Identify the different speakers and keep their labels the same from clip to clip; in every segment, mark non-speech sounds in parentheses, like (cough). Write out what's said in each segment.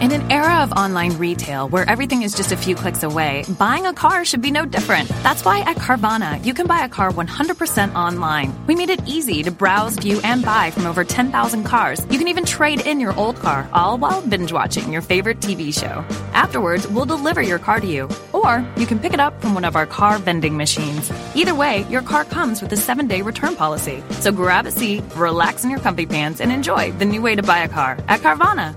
Speaker 1: In an era of online retail where everything is just a few clicks away, buying a car should be no different. That's why at Carvana, you can buy a car 100% online. We made it easy to browse, view, and buy from over 10,000 cars. You can even trade in your old car, all while binge watching your favorite TV show. Afterwards, we'll deliver your car to you, or you can pick it up from one of our car vending machines. Either way, your car comes with a seven day return policy. So grab a seat, relax in your comfy pants, and enjoy the new way to buy a car at Carvana.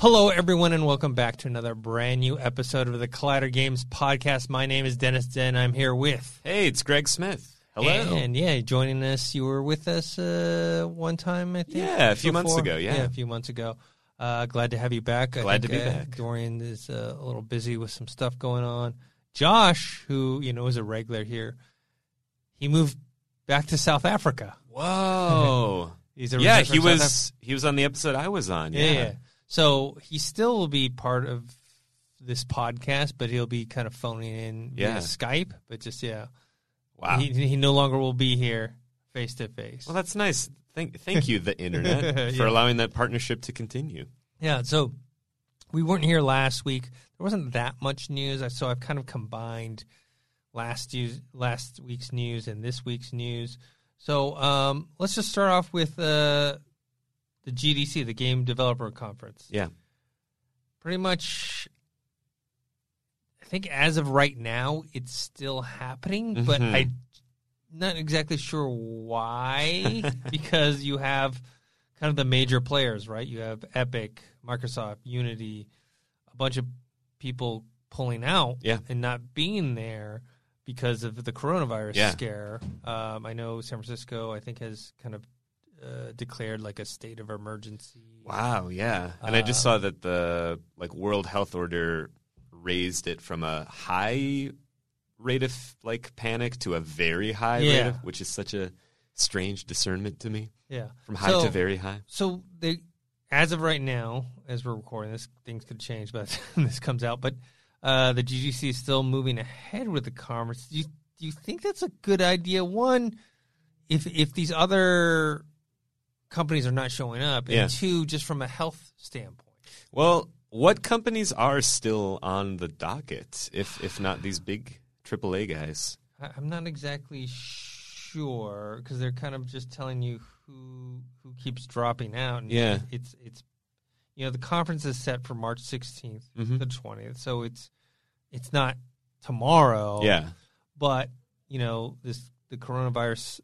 Speaker 2: Hello, everyone, and welcome back to another brand new episode of the Collider Games podcast. My name is Dennis Den. I'm here with.
Speaker 3: Hey, it's Greg Smith. Hello.
Speaker 2: And yeah, joining us, you were with us uh, one time, I think.
Speaker 3: Yeah, a few months
Speaker 2: before.
Speaker 3: ago, yeah.
Speaker 2: a few months ago. Uh, glad to have you back. I
Speaker 3: Glad to
Speaker 2: think,
Speaker 3: be
Speaker 2: uh,
Speaker 3: back.
Speaker 2: Dorian is uh, a little busy with some stuff going on. Josh, who you know is a regular here, he moved back to South Africa.
Speaker 3: Whoa.
Speaker 2: (laughs) He's a
Speaker 3: yeah,
Speaker 2: reserve
Speaker 3: he
Speaker 2: in South
Speaker 3: was
Speaker 2: Af-
Speaker 3: he was on the episode I was on. Yeah.
Speaker 2: Yeah. yeah. So he still will be part of this podcast, but he'll be kind of phoning in via
Speaker 3: Yeah.
Speaker 2: Skype. But just yeah,
Speaker 3: Wow.
Speaker 2: he, he no longer will be here face to face.
Speaker 3: well, that's nice. Thank thank you,
Speaker 2: (laughs)
Speaker 3: the internet, for
Speaker 2: Yeah.
Speaker 3: allowing that partnership to continue.
Speaker 2: Yeah. So we weren't here last week. There wasn't that much news. I- So I've kind of combined last year's, last week's news and this week's news. So um, let's just start off with uh, the GDC, the Game Developer Conference.
Speaker 3: Yeah.
Speaker 2: pretty much I think as of right now it's still happening, but
Speaker 3: Mhm.
Speaker 2: I'm not exactly sure
Speaker 3: (laughs)
Speaker 2: why because you have kind of the major players, right? You have Epic, Microsoft, Unity, a bunch of people pulling out
Speaker 3: Yeah.
Speaker 2: and not being there because of the coronavirus
Speaker 3: Yeah.
Speaker 2: scare. Um, I know San Francisco, I think, has kind of uh, declared like a state of emergency.
Speaker 3: Wow, yeah. And I just
Speaker 2: Uh,
Speaker 3: saw that the like World Health Order raised it from a high rate of like panic to a very high rate
Speaker 2: Yeah.
Speaker 3: of which is such a strange discernment to me.
Speaker 2: Yeah.
Speaker 3: From high
Speaker 2: So-
Speaker 3: to very high.
Speaker 2: so they as of right now as we're recording this things could change by the (laughs) time this comes out but uh, the ggc is still moving ahead with the conference do you, do you think that's a good idea one if if these other companies are not showing up and
Speaker 3: Yeah.
Speaker 2: two just from a health standpoint
Speaker 3: Well, what companies are still on the docket, if if not these big AAA guys?
Speaker 2: I, i'm not exactly sure because they're kind of just telling you who who keeps dropping out and
Speaker 3: Yeah.
Speaker 2: it's it's you know the conference is set for march 16th
Speaker 3: Mhm.
Speaker 2: the 20th so it's it's not tomorrow
Speaker 3: Yeah,
Speaker 2: but you know this the coronavirus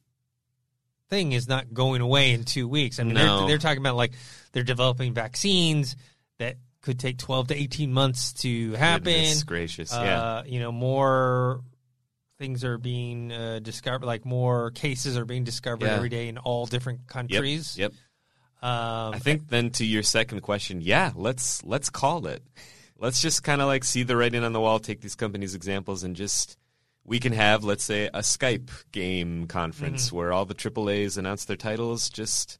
Speaker 2: thing is not going away in two weeks i mean they're,
Speaker 3: No.
Speaker 2: they're talking about like they're developing vaccines that could take 12 to 18 months to happen
Speaker 3: Goodness gracious, yeah,
Speaker 2: uh, you know more things are being uh, discovered like more cases are being discovered
Speaker 3: Yeah.
Speaker 2: every day in all different
Speaker 3: yep,
Speaker 2: countries
Speaker 3: Yep.
Speaker 2: Um,
Speaker 3: I think then to your second question, yeah, let's let's call it. Let's just kind of like see the writing on the wall, take these companies' examples, and just we can have, let's say, a Skype game conference
Speaker 2: Mm-hmm.
Speaker 3: where all the AAA's announce their titles just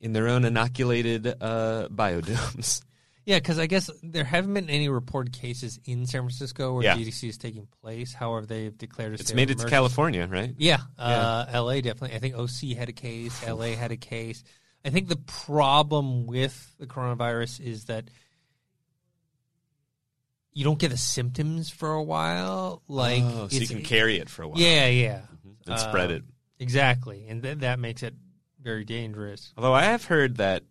Speaker 3: in their own inoculated uh, biodomes.
Speaker 2: Yeah, because I guess there haven't been any reported cases in San Francisco where
Speaker 3: Yeah.
Speaker 2: GDC is taking place. However, they've declared a
Speaker 3: It's
Speaker 2: state
Speaker 3: made
Speaker 2: of
Speaker 3: it to
Speaker 2: emergency.
Speaker 3: California, right?
Speaker 2: Yeah, uh, LA definitely. I think OC had a case. LA had a case. I think the problem with the coronavirus is that you don't get the symptoms for a while. Like
Speaker 3: oh, so you
Speaker 2: it's-
Speaker 3: can carry it for a while.
Speaker 2: Yeah, yeah,
Speaker 3: and spread
Speaker 2: Um,
Speaker 3: it.
Speaker 2: exactly, and th- that makes it very dangerous.
Speaker 3: Although I have heard that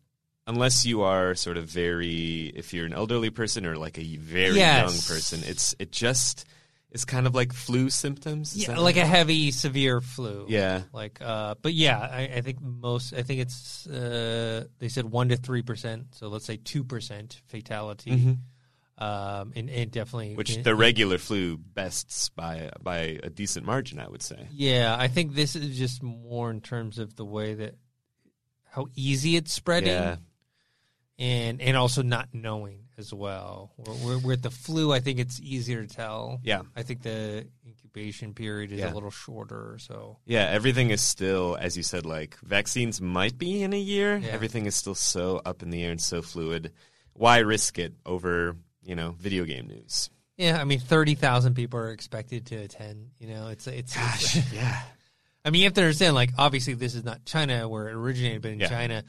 Speaker 3: unless you are sort of very, if you're an elderly person or like a very
Speaker 2: Yes.
Speaker 3: young person, it's it just is kind of like flu symptoms. Is
Speaker 2: Yeah,
Speaker 3: that
Speaker 2: like
Speaker 3: right?
Speaker 2: a heavy, severe flu.
Speaker 3: Yeah.
Speaker 2: Like, uh, but yeah, I, I think most. I think it's uh, they said one to three percent. So let's say two percent fatality. Um, and, and definitely,
Speaker 3: Mm-hmm. which
Speaker 2: in-
Speaker 3: the regular flu bests by by a decent margin, I would say.
Speaker 2: yeah, I think this is just more in terms of the way that how easy it's spreading,
Speaker 3: Yeah.
Speaker 2: and and also not knowing as well. Where- Where with the flu, I think it's easier to tell.
Speaker 3: Yeah.
Speaker 2: I think the incubation period is a
Speaker 3: Yeah.
Speaker 2: little shorter. So
Speaker 3: Yeah, everything is still, as you said, like vaccines might be in a year.
Speaker 2: Yeah.
Speaker 3: Everything is still so up in the air and so fluid. Why risk it over, you know, video game news?
Speaker 2: Yeah, I mean, thirty thousand people are expected to attend. You know, it's it's. Gosh,
Speaker 3: yeah.
Speaker 2: (laughs) I mean, you have to understand. Like, obviously, this is not China where it originated, but in
Speaker 3: Yeah.
Speaker 2: China,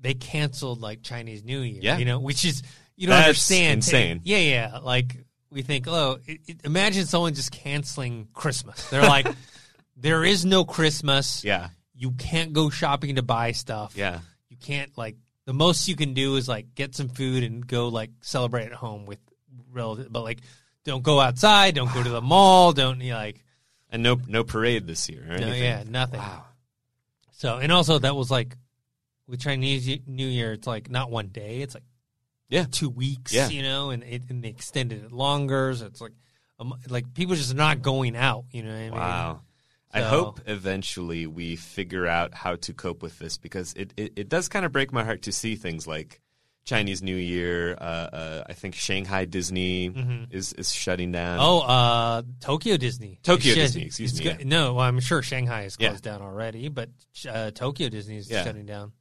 Speaker 2: they canceled like Chinese New Year.
Speaker 3: Yeah.
Speaker 2: you know, which is you don't
Speaker 3: That's
Speaker 2: understand.
Speaker 3: insane.
Speaker 2: yeah, yeah. Like we think, oh, it, it, imagine someone just canceling Christmas. They're like, (laughs) there is no Christmas.
Speaker 3: Yeah.
Speaker 2: you can't go shopping to buy stuff.
Speaker 3: Yeah.
Speaker 2: you can't like the most you can do is like get some food and go like celebrate at home with relative but like don't go outside don't go to the mall don't you know, like
Speaker 3: And no no parade this year or
Speaker 2: no,
Speaker 3: anything.
Speaker 2: yeah nothing so and also that was like with chinese Y- new year it's like not one day it's like
Speaker 3: Yeah.
Speaker 2: two weeks
Speaker 3: Yeah.
Speaker 2: you know and, it, and they extended it longer so it's like um, like people just not going out you know what i mean
Speaker 3: Wow. I
Speaker 2: So-
Speaker 3: hope eventually we figure out how to cope with this because it, it, it does kind of break my heart to see things like Chinese New Year. Uh, uh, I think Shanghai Disney is, is shutting down.
Speaker 2: Mm-hmm. Oh, uh, Tokyo Disney. It's
Speaker 3: Tokyo
Speaker 2: shut-
Speaker 3: Disney, excuse
Speaker 2: it's
Speaker 3: me,
Speaker 2: go-
Speaker 3: yeah.
Speaker 2: No, well, I'm sure Shanghai is
Speaker 3: Yeah.
Speaker 2: closed down already, but uh, Tokyo Disney is
Speaker 3: Yeah.
Speaker 2: shutting down.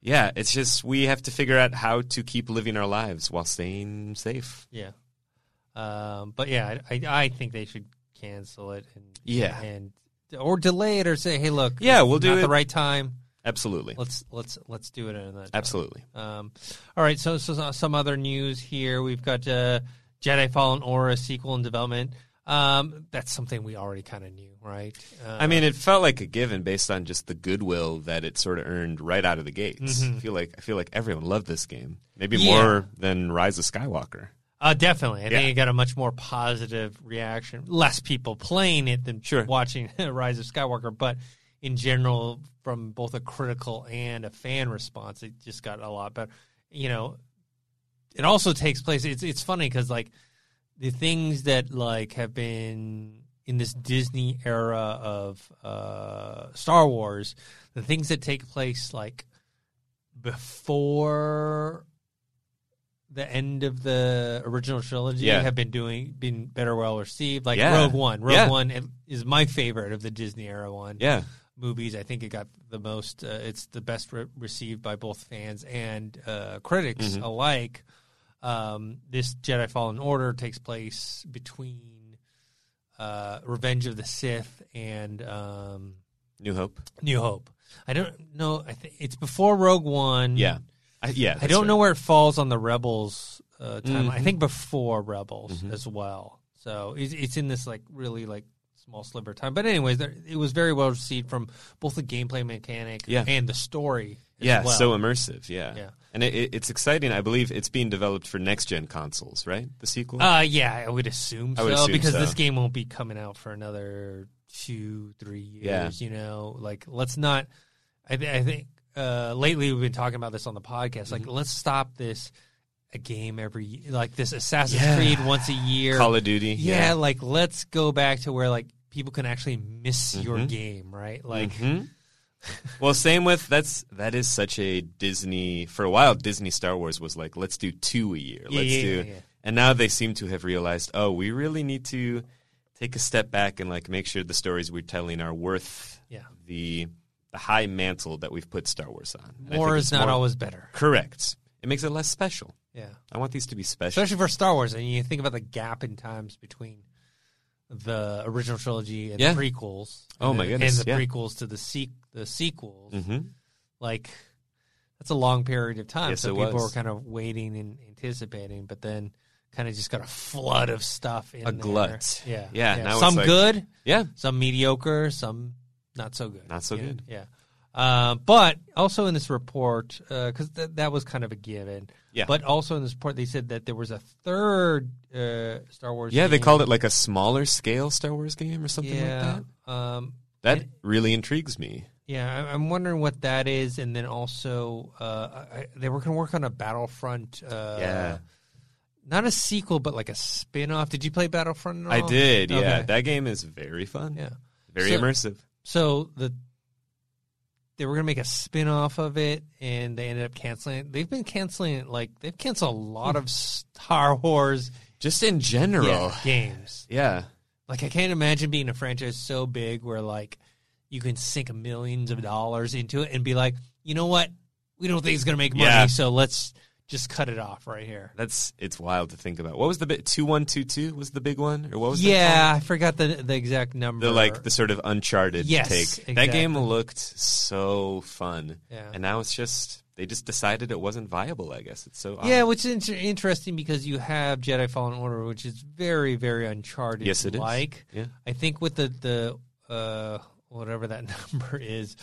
Speaker 3: Yeah, it's just we have to figure out how to keep living our lives while staying safe.
Speaker 2: Yeah. Um, but yeah, I, I, I think they should cancel it and
Speaker 3: Yeah.
Speaker 2: and or delay it or say, hey, look,
Speaker 3: Yeah, we'll
Speaker 2: it's
Speaker 3: do
Speaker 2: not the
Speaker 3: it-
Speaker 2: right time.
Speaker 3: Absolutely.
Speaker 2: Let's let's let's do it another time.
Speaker 3: Absolutely.
Speaker 2: Um, all right, so, so some other news here. We've got uh, Jedi Fallen Aura sequel in development. Um, that's something we already kind of knew, right? Uh,
Speaker 3: I mean, it felt like a given based on just the goodwill that it sort of earned right out of the gates. I feel like I feel like everyone loved this game, maybe
Speaker 2: Mm-hmm. Yeah.
Speaker 3: more than Rise of Skywalker.
Speaker 2: Uh, definitely. I
Speaker 3: Yeah.
Speaker 2: think it got a much more positive reaction. Less people playing it than
Speaker 3: Sure.
Speaker 2: watching (laughs) Rise of Skywalker, but in general, from both a critical and a fan response, it just got a lot better. You know, it also takes place. It's it's funny because like the things that like have been in this Disney era of uh, Star Wars, the things that take place like before the end of the original trilogy
Speaker 3: Yeah.
Speaker 2: have been doing been better well received. Like
Speaker 3: Yeah.
Speaker 2: Rogue One, Rogue
Speaker 3: Yeah.
Speaker 2: One is my favorite of the Disney era one
Speaker 3: Yeah.
Speaker 2: movies. I think it got the most. Uh, it's the best re- received by both fans and uh, critics
Speaker 3: Mm-hmm.
Speaker 2: alike. Um, this Jedi Fallen Order takes place between uh, Revenge of the Sith and um,
Speaker 3: New Hope.
Speaker 2: New Hope. I don't know. I think it's before Rogue One.
Speaker 3: Yeah. I,
Speaker 2: I
Speaker 3: yeah. that's
Speaker 2: don't
Speaker 3: right.
Speaker 2: know where it falls on the Rebels uh, timeline.
Speaker 3: Mm-hmm.
Speaker 2: I think before Rebels as well. So it's, it's in this like really like small sliver of time. But anyways, there, it was very well received from both the gameplay mechanic
Speaker 3: Yeah.
Speaker 2: and the story. as
Speaker 3: Yeah,
Speaker 2: well.
Speaker 3: so immersive. Yeah.
Speaker 2: Yeah.
Speaker 3: And it, it, it's exciting. I believe it's being developed for next gen consoles, right? The sequel?
Speaker 2: uh, yeah, I would assume
Speaker 3: I
Speaker 2: so
Speaker 3: would assume
Speaker 2: because
Speaker 3: so.
Speaker 2: this game won't be coming out for another two, three
Speaker 3: Yeah.
Speaker 2: years. You know, like let's not. I, th- I think uh, lately we've been talking about this on the podcast. Like,
Speaker 3: Mm-hmm.
Speaker 2: let's stop this. A game every like this Assassin's
Speaker 3: Yeah.
Speaker 2: Creed once a year.
Speaker 3: Call of Duty.
Speaker 2: yeah, like let's go back to where like people can actually miss your
Speaker 3: Mm-hmm.
Speaker 2: game, right? Like,
Speaker 3: Mhm. well, same with that's that is such a Disney for a while. Disney Star Wars was like, let's do two a year.
Speaker 2: Yeah,
Speaker 3: let's
Speaker 2: yeah,
Speaker 3: do,
Speaker 2: yeah, yeah.
Speaker 3: and now they seem to have realized, oh, we really need to take a step back and like make sure the stories we're telling are worth
Speaker 2: Yeah.
Speaker 3: the the high mantle that we've put Star Wars on. And I
Speaker 2: more
Speaker 3: think
Speaker 2: is
Speaker 3: it's
Speaker 2: not
Speaker 3: more-
Speaker 2: always better.
Speaker 3: correct. It makes it less special.
Speaker 2: Yeah,
Speaker 3: I want these to be special.
Speaker 2: especially for Star Wars, and you think about the gap in times between the original trilogy and
Speaker 3: Yeah.
Speaker 2: the prequels.
Speaker 3: Oh,
Speaker 2: and
Speaker 3: my
Speaker 2: the-
Speaker 3: goodness,
Speaker 2: And the
Speaker 3: yeah.
Speaker 2: prequels to the se- the sequels,
Speaker 3: hmm
Speaker 2: like that's a long period of time.
Speaker 3: Yes,
Speaker 2: so
Speaker 3: it
Speaker 2: people
Speaker 3: was.
Speaker 2: were kind of waiting and anticipating, but then kind of just got a flood of stuff in
Speaker 3: A
Speaker 2: there.
Speaker 3: glut.
Speaker 2: Yeah,
Speaker 3: Yeah, now it's
Speaker 2: Some
Speaker 3: like-
Speaker 2: good,
Speaker 3: Yeah.
Speaker 2: some mediocre, some not so good.
Speaker 3: Not so
Speaker 2: You know?
Speaker 3: good.
Speaker 2: Yeah. Uh, but also in this report, because th- that was kind of a given.
Speaker 3: Yeah.
Speaker 2: But also in this report, they said that there was a third uh, Star Wars.
Speaker 3: Yeah, they
Speaker 2: game.
Speaker 3: called it like a smaller scale Star Wars game or something
Speaker 2: Yeah.
Speaker 3: like that.
Speaker 2: Um,
Speaker 3: That really intrigues me.
Speaker 2: yeah, I- I'm wondering what that is, and then also uh, I, I- they were going to work on a Battlefront. Uh, Not a sequel, but like a spin off. Did you play Battlefront at
Speaker 3: I
Speaker 2: all?
Speaker 3: did. Yeah,
Speaker 2: oh. Okay.
Speaker 3: that game is very fun.
Speaker 2: yeah.
Speaker 3: very
Speaker 2: So-
Speaker 3: immersive.
Speaker 2: So the they were gonna make a spin off of it, and they ended up canceling it. They've been canceling it like they've canceled a lot of Star Wars
Speaker 3: Just in general.
Speaker 2: yeah,
Speaker 3: Yeah.
Speaker 2: games. Like I can't imagine being a franchise so big where like you can sink millions of dollars into it and be like, you know what, we don't think it's gonna make money,
Speaker 3: Yeah.
Speaker 2: so let's just cut it off right here.
Speaker 3: that's it's wild to think about. What was the bit? Two one two two was the big one, or what was that
Speaker 2: Yeah, I forgot the the exact number.
Speaker 3: called? the like the sort of uncharted
Speaker 2: Yes,
Speaker 3: take.
Speaker 2: exactly.
Speaker 3: That game looked so fun,
Speaker 2: Yeah.
Speaker 3: and now it's just they just decided it wasn't viable. I guess it's so odd.
Speaker 2: Yeah, which is inter- interesting because you have Jedi Fallen Order, which is very, very uncharted.
Speaker 3: Yes, it is.
Speaker 2: Like,
Speaker 3: Yeah.
Speaker 2: I think with the the uh, whatever that (laughs) number is,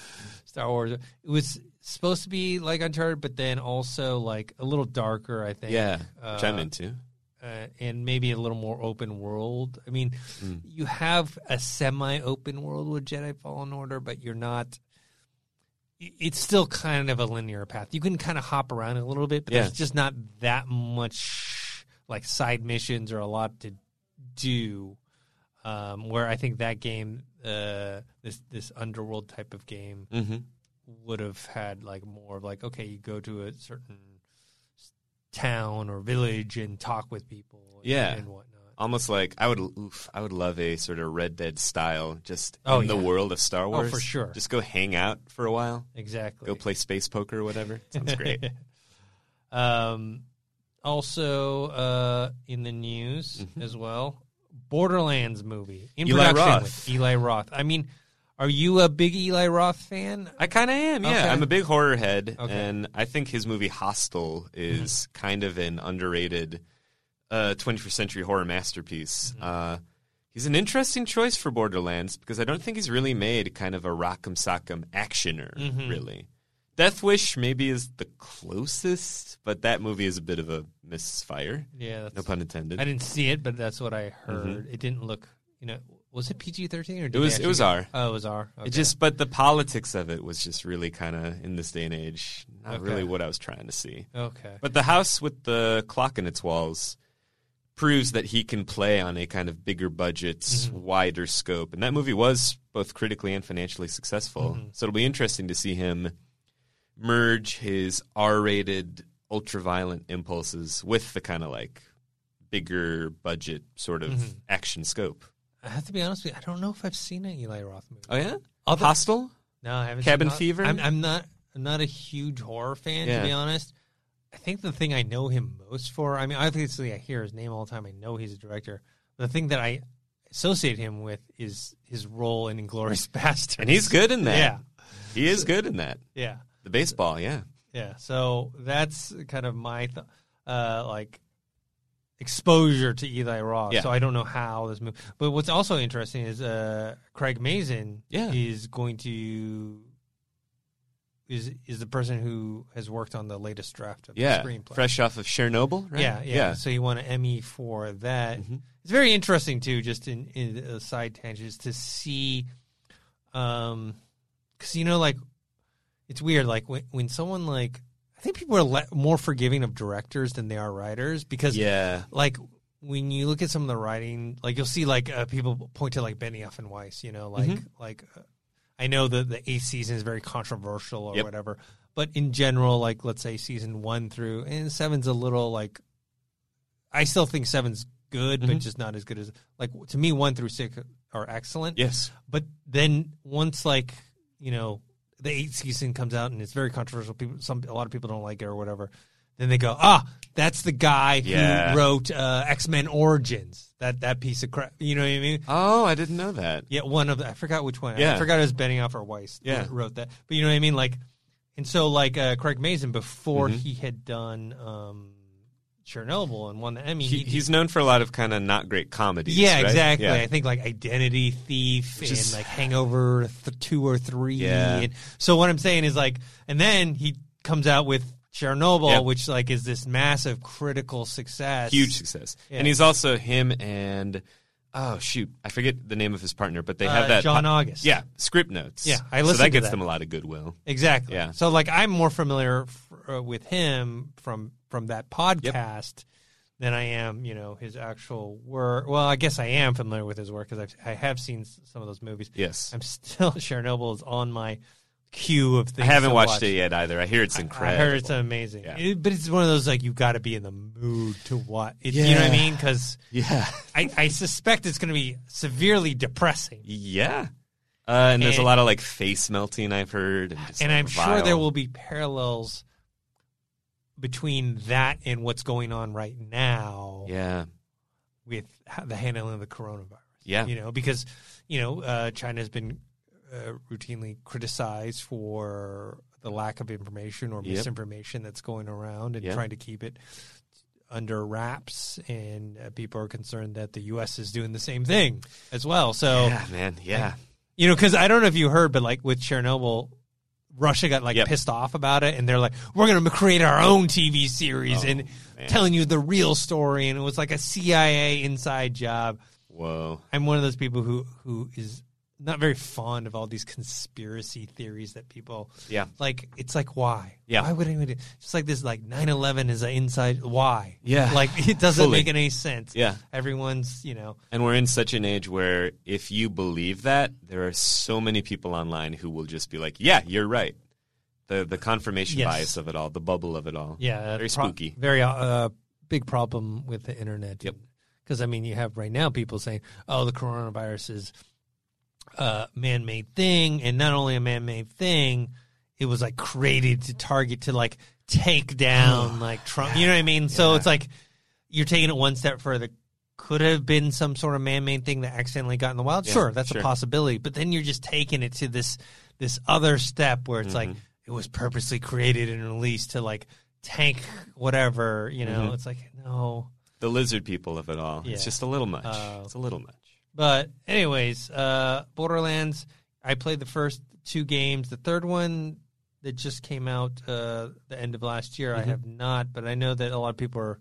Speaker 2: Star Wars, it was supposed to be like uncharted, but then also like a little darker. I think.
Speaker 3: yeah,
Speaker 2: Uh,
Speaker 3: which I'm into.
Speaker 2: uh, and maybe a little more open world. I mean, you have a semi open world with Jedi Fallen Order, but you're not. i- It's still kind of a linear path. You can kind of hop around a little bit, but
Speaker 3: Yeah.
Speaker 2: there's just not that much like side missions or a lot to do. Um, where I think that game, uh, this this underworld type of game,
Speaker 3: hmm
Speaker 2: would have had like more of like okay you go to a certain s- town or village and talk with people and,
Speaker 3: Yeah.
Speaker 2: and whatnot
Speaker 3: Almost like I would, oof, I would love a sort of Red Dead style, just
Speaker 2: Oh,
Speaker 3: in the
Speaker 2: yeah.
Speaker 3: world of Star Wars.
Speaker 2: for sure.
Speaker 3: Just go hang out for a while,
Speaker 2: exactly
Speaker 3: go play space poker or whatever. Sounds great.
Speaker 2: (laughs) um also uh in the news as well borderlands movie in
Speaker 3: Mm-hmm. Eli
Speaker 2: production
Speaker 3: Roth.
Speaker 2: with eli roth i mean are you a big eli roth fan
Speaker 3: I kind of am, yeah.
Speaker 2: Okay.
Speaker 3: I'm a big horror head,
Speaker 2: Okay. Mm-hmm.
Speaker 3: and I think his movie Hostel is kind of an underrated uh, 21st century horror masterpiece.
Speaker 2: Mm-hmm.
Speaker 3: Uh, he's an interesting choice for Borderlands because I don't think he's really made kind of a rock'em sock'em actioner,
Speaker 2: Mm-hmm.
Speaker 3: really. Death Wish maybe is the closest, but that movie is a bit of a misfire.
Speaker 2: yeah that's,
Speaker 3: No pun intended. Mm-hmm.
Speaker 2: i didn't see it but that's what i heard it didn't look you know was it pg-13 or did
Speaker 3: It was-
Speaker 2: they
Speaker 3: it was
Speaker 2: actually-
Speaker 3: R.
Speaker 2: oh it was r okay.
Speaker 3: It just, but the politics of it was just really kind of in this day and age, not
Speaker 2: Okay.
Speaker 3: really what I was trying to see.
Speaker 2: okay
Speaker 3: But the house with the clock in its walls proves that he can play on a kind of bigger budget,
Speaker 2: Mm-hmm.
Speaker 3: wider scope. And that movie was both critically and financially successful.
Speaker 2: Mm-hmm.
Speaker 3: So it'll be interesting to see him merge his R rated, ultra violent impulses with the kind of like bigger budget sort of
Speaker 2: Mm-hmm.
Speaker 3: action scope.
Speaker 2: I have to be honest with you. I don't know if I've seen an Eli Roth movie.
Speaker 3: Oh, yeah?
Speaker 2: Other-
Speaker 3: Hostel?
Speaker 2: No, I haven't.
Speaker 3: Cabin
Speaker 2: seen Hot-
Speaker 3: Fever?
Speaker 2: I'm, I'm not. I'm not a huge horror fan,
Speaker 3: Yeah.
Speaker 2: to be honest. I think the thing I know him most for. I mean, obviously, I hear his name all the time. I know he's a director. The thing that I associate him with is his role in Inglorious (laughs) Bastards.
Speaker 3: And he's good in that.
Speaker 2: Yeah,
Speaker 3: He is good in that.
Speaker 2: yeah,
Speaker 3: The baseball, yeah.
Speaker 2: yeah. So that's kind of my th- uh, like exposure to Eli Roth.
Speaker 3: Yeah.
Speaker 2: So I don't know how this movie. But what's also interesting is uh, Craig Mazin
Speaker 3: Yeah.
Speaker 2: is going to is is the person who has worked on the latest draft of
Speaker 3: Yeah.
Speaker 2: the screenplay.
Speaker 3: Fresh off of Chernobyl, right?
Speaker 2: Yeah, yeah, So he won an Emmy for that. It's very interesting too. Just in, in a side tangent, is to see, um, because you know, like, it's weird. Like when when someone like I think people are le- more forgiving of directors than they are writers because
Speaker 3: Yeah.
Speaker 2: like when you look at some of the writing, like you'll see like uh, people point to like Benioff and Weiss, you know, like like uh, I know that the eighth season is very controversial or
Speaker 3: Yep.
Speaker 2: whatever, but in general, like let's say season one through and seven's a little like I still think seven's good, but just not as good as like to me one through six are excellent.
Speaker 3: Yes.
Speaker 2: But then once like you know the eighth season comes out and it's very controversial, people some a lot of people don't like it or whatever. Then they go, ah, that's the guy
Speaker 3: Yeah.
Speaker 2: who wrote uh, X Men Origins. That that piece of crap. You know what I mean?
Speaker 3: Oh, I didn't know that.
Speaker 2: Yeah, one of the, I forgot which one. I
Speaker 3: Yeah.
Speaker 2: forgot it was Benioff or Weiss. that
Speaker 3: Yeah.
Speaker 2: wrote that. But you know what I
Speaker 3: Mm-hmm.
Speaker 2: mean? Like, and so like uh, Craig Mazin before he had done um, Chernobyl and won the Emmy.
Speaker 3: He,
Speaker 2: he-
Speaker 3: he's known for a lot of kind of not great comedies.
Speaker 2: yeah,
Speaker 3: right?
Speaker 2: exactly.
Speaker 3: Yeah.
Speaker 2: I think like Identity Thief
Speaker 3: Just-
Speaker 2: and like Hangover th- two or three.
Speaker 3: Yeah.
Speaker 2: And so what I'm saying is like, and then he comes out with Chernobyl,
Speaker 3: Yeah.
Speaker 2: which like is this massive critical success,
Speaker 3: huge success.
Speaker 2: Yeah.
Speaker 3: And he's also him and oh shoot, I forget the name of his partner, but they have
Speaker 2: Uh,
Speaker 3: that
Speaker 2: John
Speaker 3: po-
Speaker 2: August.
Speaker 3: Yeah, script notes.
Speaker 2: Yeah, I
Speaker 3: so
Speaker 2: listened
Speaker 3: that
Speaker 2: to
Speaker 3: gets
Speaker 2: that.
Speaker 3: them a lot of goodwill.
Speaker 2: Exactly.
Speaker 3: Yeah.
Speaker 2: So like I'm more familiar f- uh, with him from from that podcast than I am, you know, his actual work. Well, I guess I am familiar with his work because I have seen s- some of those movies.
Speaker 3: Yes.
Speaker 2: I'm still (laughs) Chernobyl is on my queue of
Speaker 3: I
Speaker 2: things.
Speaker 3: haven't
Speaker 2: to
Speaker 3: watched
Speaker 2: watch.
Speaker 3: it yet either. I hear it's
Speaker 2: I
Speaker 3: incredible.
Speaker 2: heard it's amazing,
Speaker 3: Yeah.
Speaker 2: It- but it's one of those like you've got to be in the mood to watch. It, You know what I
Speaker 3: Yeah.
Speaker 2: mean? Because
Speaker 3: (laughs) yeah,
Speaker 2: I, I suspect it's going to be severely depressing.
Speaker 3: yeah. Uh, and there's a
Speaker 2: And-
Speaker 3: lot of like face melting. I've heard, and, just,
Speaker 2: and
Speaker 3: like,
Speaker 2: I'm sure
Speaker 3: vile.
Speaker 2: there will be parallels between that and what's going on right now
Speaker 3: Yeah,
Speaker 2: with ho- the handling of the coronavirus.
Speaker 3: Yeah.
Speaker 2: you know, because you know uh, China has been uh, routinely criticized for the lack of information or
Speaker 3: Yep.
Speaker 2: misinformation that's going around and
Speaker 3: Yeah.
Speaker 2: trying to keep it under wraps and uh, people are concerned that the US is doing the same thing as well so
Speaker 3: yeah, man, yeah,
Speaker 2: you know, because Oh. I don't know if you heard, but like with Chernobyl, Russia got like
Speaker 3: Yep.
Speaker 2: pissed off about it, and they're like, "We're going to create our own TV series
Speaker 3: Oh,
Speaker 2: and telling you the real story." And it was like a CIA inside job.
Speaker 3: whoa,
Speaker 2: I'm one of those people who who is not very fond of all these conspiracy theories that people
Speaker 3: Yeah.
Speaker 2: like it's like why
Speaker 3: Yeah.
Speaker 2: why would anyone do just like this like 9-11 is an inside why
Speaker 3: Yeah.
Speaker 2: like it doesn't
Speaker 3: Fully.
Speaker 2: make any sense
Speaker 3: Yeah.
Speaker 2: everyone's you know
Speaker 3: And we're in such an age where if you believe that, there are so many people online who will just be like, "Yeah, you're right." The the confirmation
Speaker 2: Yes.
Speaker 3: bias of it all, the bubble of it all.
Speaker 2: Yeah,
Speaker 3: very
Speaker 2: pro-
Speaker 3: spooky.
Speaker 2: Very uh, big problem with the internet. Yep. Because I mean, you have right now people saying, "Oh, the coronavirus is a man-made thing," and not only a man-made thing, it was like created to target to like take
Speaker 3: (sighs)
Speaker 2: down like Trump. You know what I mean? So it's like you're taking it one step further. Could have been some sort of man-made thing that accidentally got in the wild. sure, that's a
Speaker 3: sure.
Speaker 2: possibility. But then you're just taking it to this this other step where it's
Speaker 3: Mm-hmm.
Speaker 2: like it was purposely created and released to like tank whatever. You know,
Speaker 3: Mm-hmm.
Speaker 2: it's like no.
Speaker 3: the lizard people of it all.
Speaker 2: Yeah.
Speaker 3: It's just a little much.
Speaker 2: Uh,
Speaker 3: it's a little much.
Speaker 2: But anyways, uh, Borderlands. I played the first two games. The third one that just came out uh, the end of last year,
Speaker 3: Mm-hmm.
Speaker 2: I have not. But I know that a lot of people are.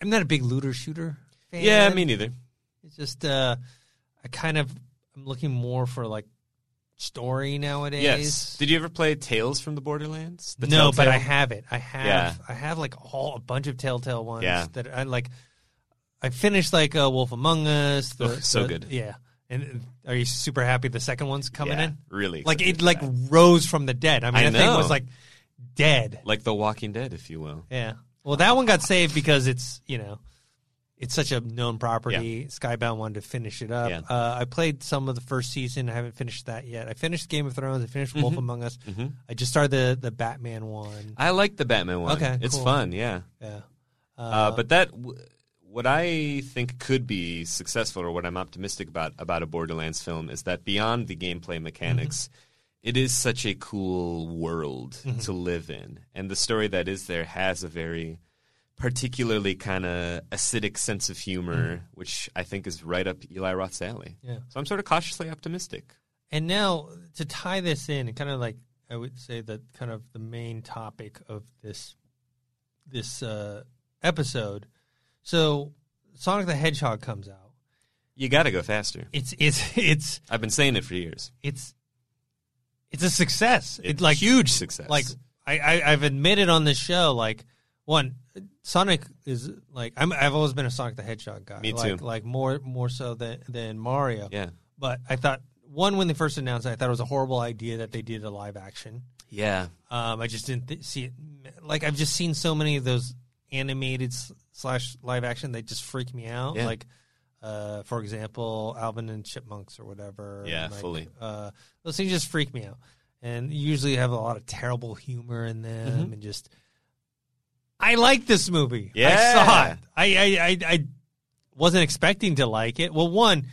Speaker 2: I'm not a big looter shooter. fan.
Speaker 3: Yeah, me neither.
Speaker 2: It's just uh, I kind of I'm looking more for like story nowadays.
Speaker 3: Yes. Did you ever play Tales from the Borderlands? The
Speaker 2: no, but
Speaker 3: Telltale?
Speaker 2: I have it. I have
Speaker 3: Yeah.
Speaker 2: I have like all a bunch of Telltale ones
Speaker 3: Yeah.
Speaker 2: that I like. I finished like uh, Wolf Among Us. The,
Speaker 3: Ugh, so
Speaker 2: the-
Speaker 3: good.
Speaker 2: Yeah. And uh, are you super happy the second one's coming
Speaker 3: Yeah,
Speaker 2: in?
Speaker 3: really
Speaker 2: Like
Speaker 3: excited
Speaker 2: it
Speaker 3: for
Speaker 2: like
Speaker 3: that.
Speaker 2: rose from the dead. I mean,
Speaker 3: I
Speaker 2: that thing was
Speaker 3: know.
Speaker 2: like dead.
Speaker 3: like The Walking Dead, if you will.
Speaker 2: Yeah. Well, that one got saved because it's you know, it's such a known property. Skybound wanted to finish it up.
Speaker 3: Yeah.
Speaker 2: Uh, I played some of the first season. I haven't finished that yet. I finished Game of Thrones. I finished Wolf Among Us. I just started the the Batman one.
Speaker 3: Mm-hmm. I like the Batman one.
Speaker 2: Okay,
Speaker 3: it's
Speaker 2: cool.
Speaker 3: fun. Yeah.
Speaker 2: Yeah.
Speaker 3: Uh, but that, w- what I think could be successful, or what I'm optimistic about about a Borderlands film, is that beyond the
Speaker 2: Mm-hmm.
Speaker 3: gameplay mechanics, it is such a cool world
Speaker 2: Mm-hmm.
Speaker 3: to live in, and the story that is there has a very particularly kind of acidic sense of humor, which I think is right up Eli Roth's alley.
Speaker 2: Mm-hmm. Yeah.
Speaker 3: So I'm sort of cautiously optimistic.
Speaker 2: And now to tie this in, kind of like I would say that kind of the main topic of this this uh, episode. So Sonic the Hedgehog comes out.
Speaker 3: You got to go faster.
Speaker 2: It's it's (laughs) it's
Speaker 3: I've been saying it for years.
Speaker 2: it's it's a success. It's
Speaker 3: It's
Speaker 2: like
Speaker 3: huge success.
Speaker 2: Like I, I I've admitted on this show, like one Sonic is like I'm I've always been a Sonic the Hedgehog guy.
Speaker 3: Me
Speaker 2: Like,
Speaker 3: too.
Speaker 2: like more more so than than Mario.
Speaker 3: Yeah.
Speaker 2: But I thought one when they first announced it, I thought it was a horrible idea that they did a live action.
Speaker 3: Yeah.
Speaker 2: Um, I just didn't th- see it. Like I've just seen so many of those animated s- slash live action that just freak me out.
Speaker 3: Yeah.
Speaker 2: Like, uh, for example, Alvin and Chipmunks or whatever.
Speaker 3: Yeah,
Speaker 2: And, like,
Speaker 3: fully.
Speaker 2: Uh, those things just freak me out, and usually have a lot of terrible humor in them,
Speaker 3: Mm-hmm.
Speaker 2: and just. I like this movie. I
Speaker 3: Yeah.
Speaker 2: saw it. I, I I I wasn't expecting to like it. Well, one.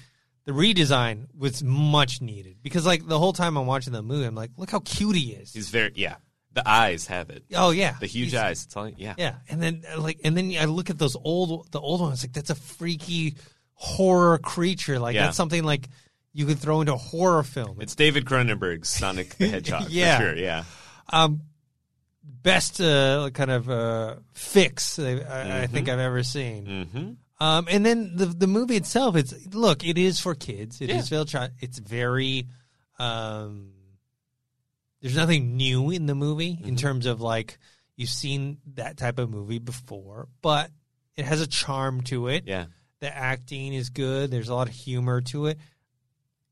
Speaker 2: The redesign was much needed because, like, the whole time I'm watching the movie, I'm like, "Look how cute he is!
Speaker 3: He's very yeah. The eyes have it.
Speaker 2: Oh yeah,
Speaker 3: The huge
Speaker 2: He's-
Speaker 3: eyes. It's all, yeah.
Speaker 2: Yeah, and then uh, like, and then I look at those old, the old ones. Like that's a freaky horror creature. Like
Speaker 3: Yeah.
Speaker 2: that's something like you could throw into a horror film. It's
Speaker 3: It's David Cronenberg's Sonic the
Speaker 2: (laughs)
Speaker 3: Hedgehog.
Speaker 2: Yeah.
Speaker 3: For sure. Yeah.
Speaker 2: best uh, kind of uh, fix I, I, I think I've ever seen. Mm-hmm. Um, and then the the movie itself. It's look, it is for kids. It is
Speaker 3: Yeah.
Speaker 2: for the child. It's very. Um, there's nothing new in the movie
Speaker 3: Mm-hmm.
Speaker 2: in terms of like you've seen that type of movie before, but it has a charm to it.
Speaker 3: Yeah.
Speaker 2: The acting is good. There's a lot of humor to it.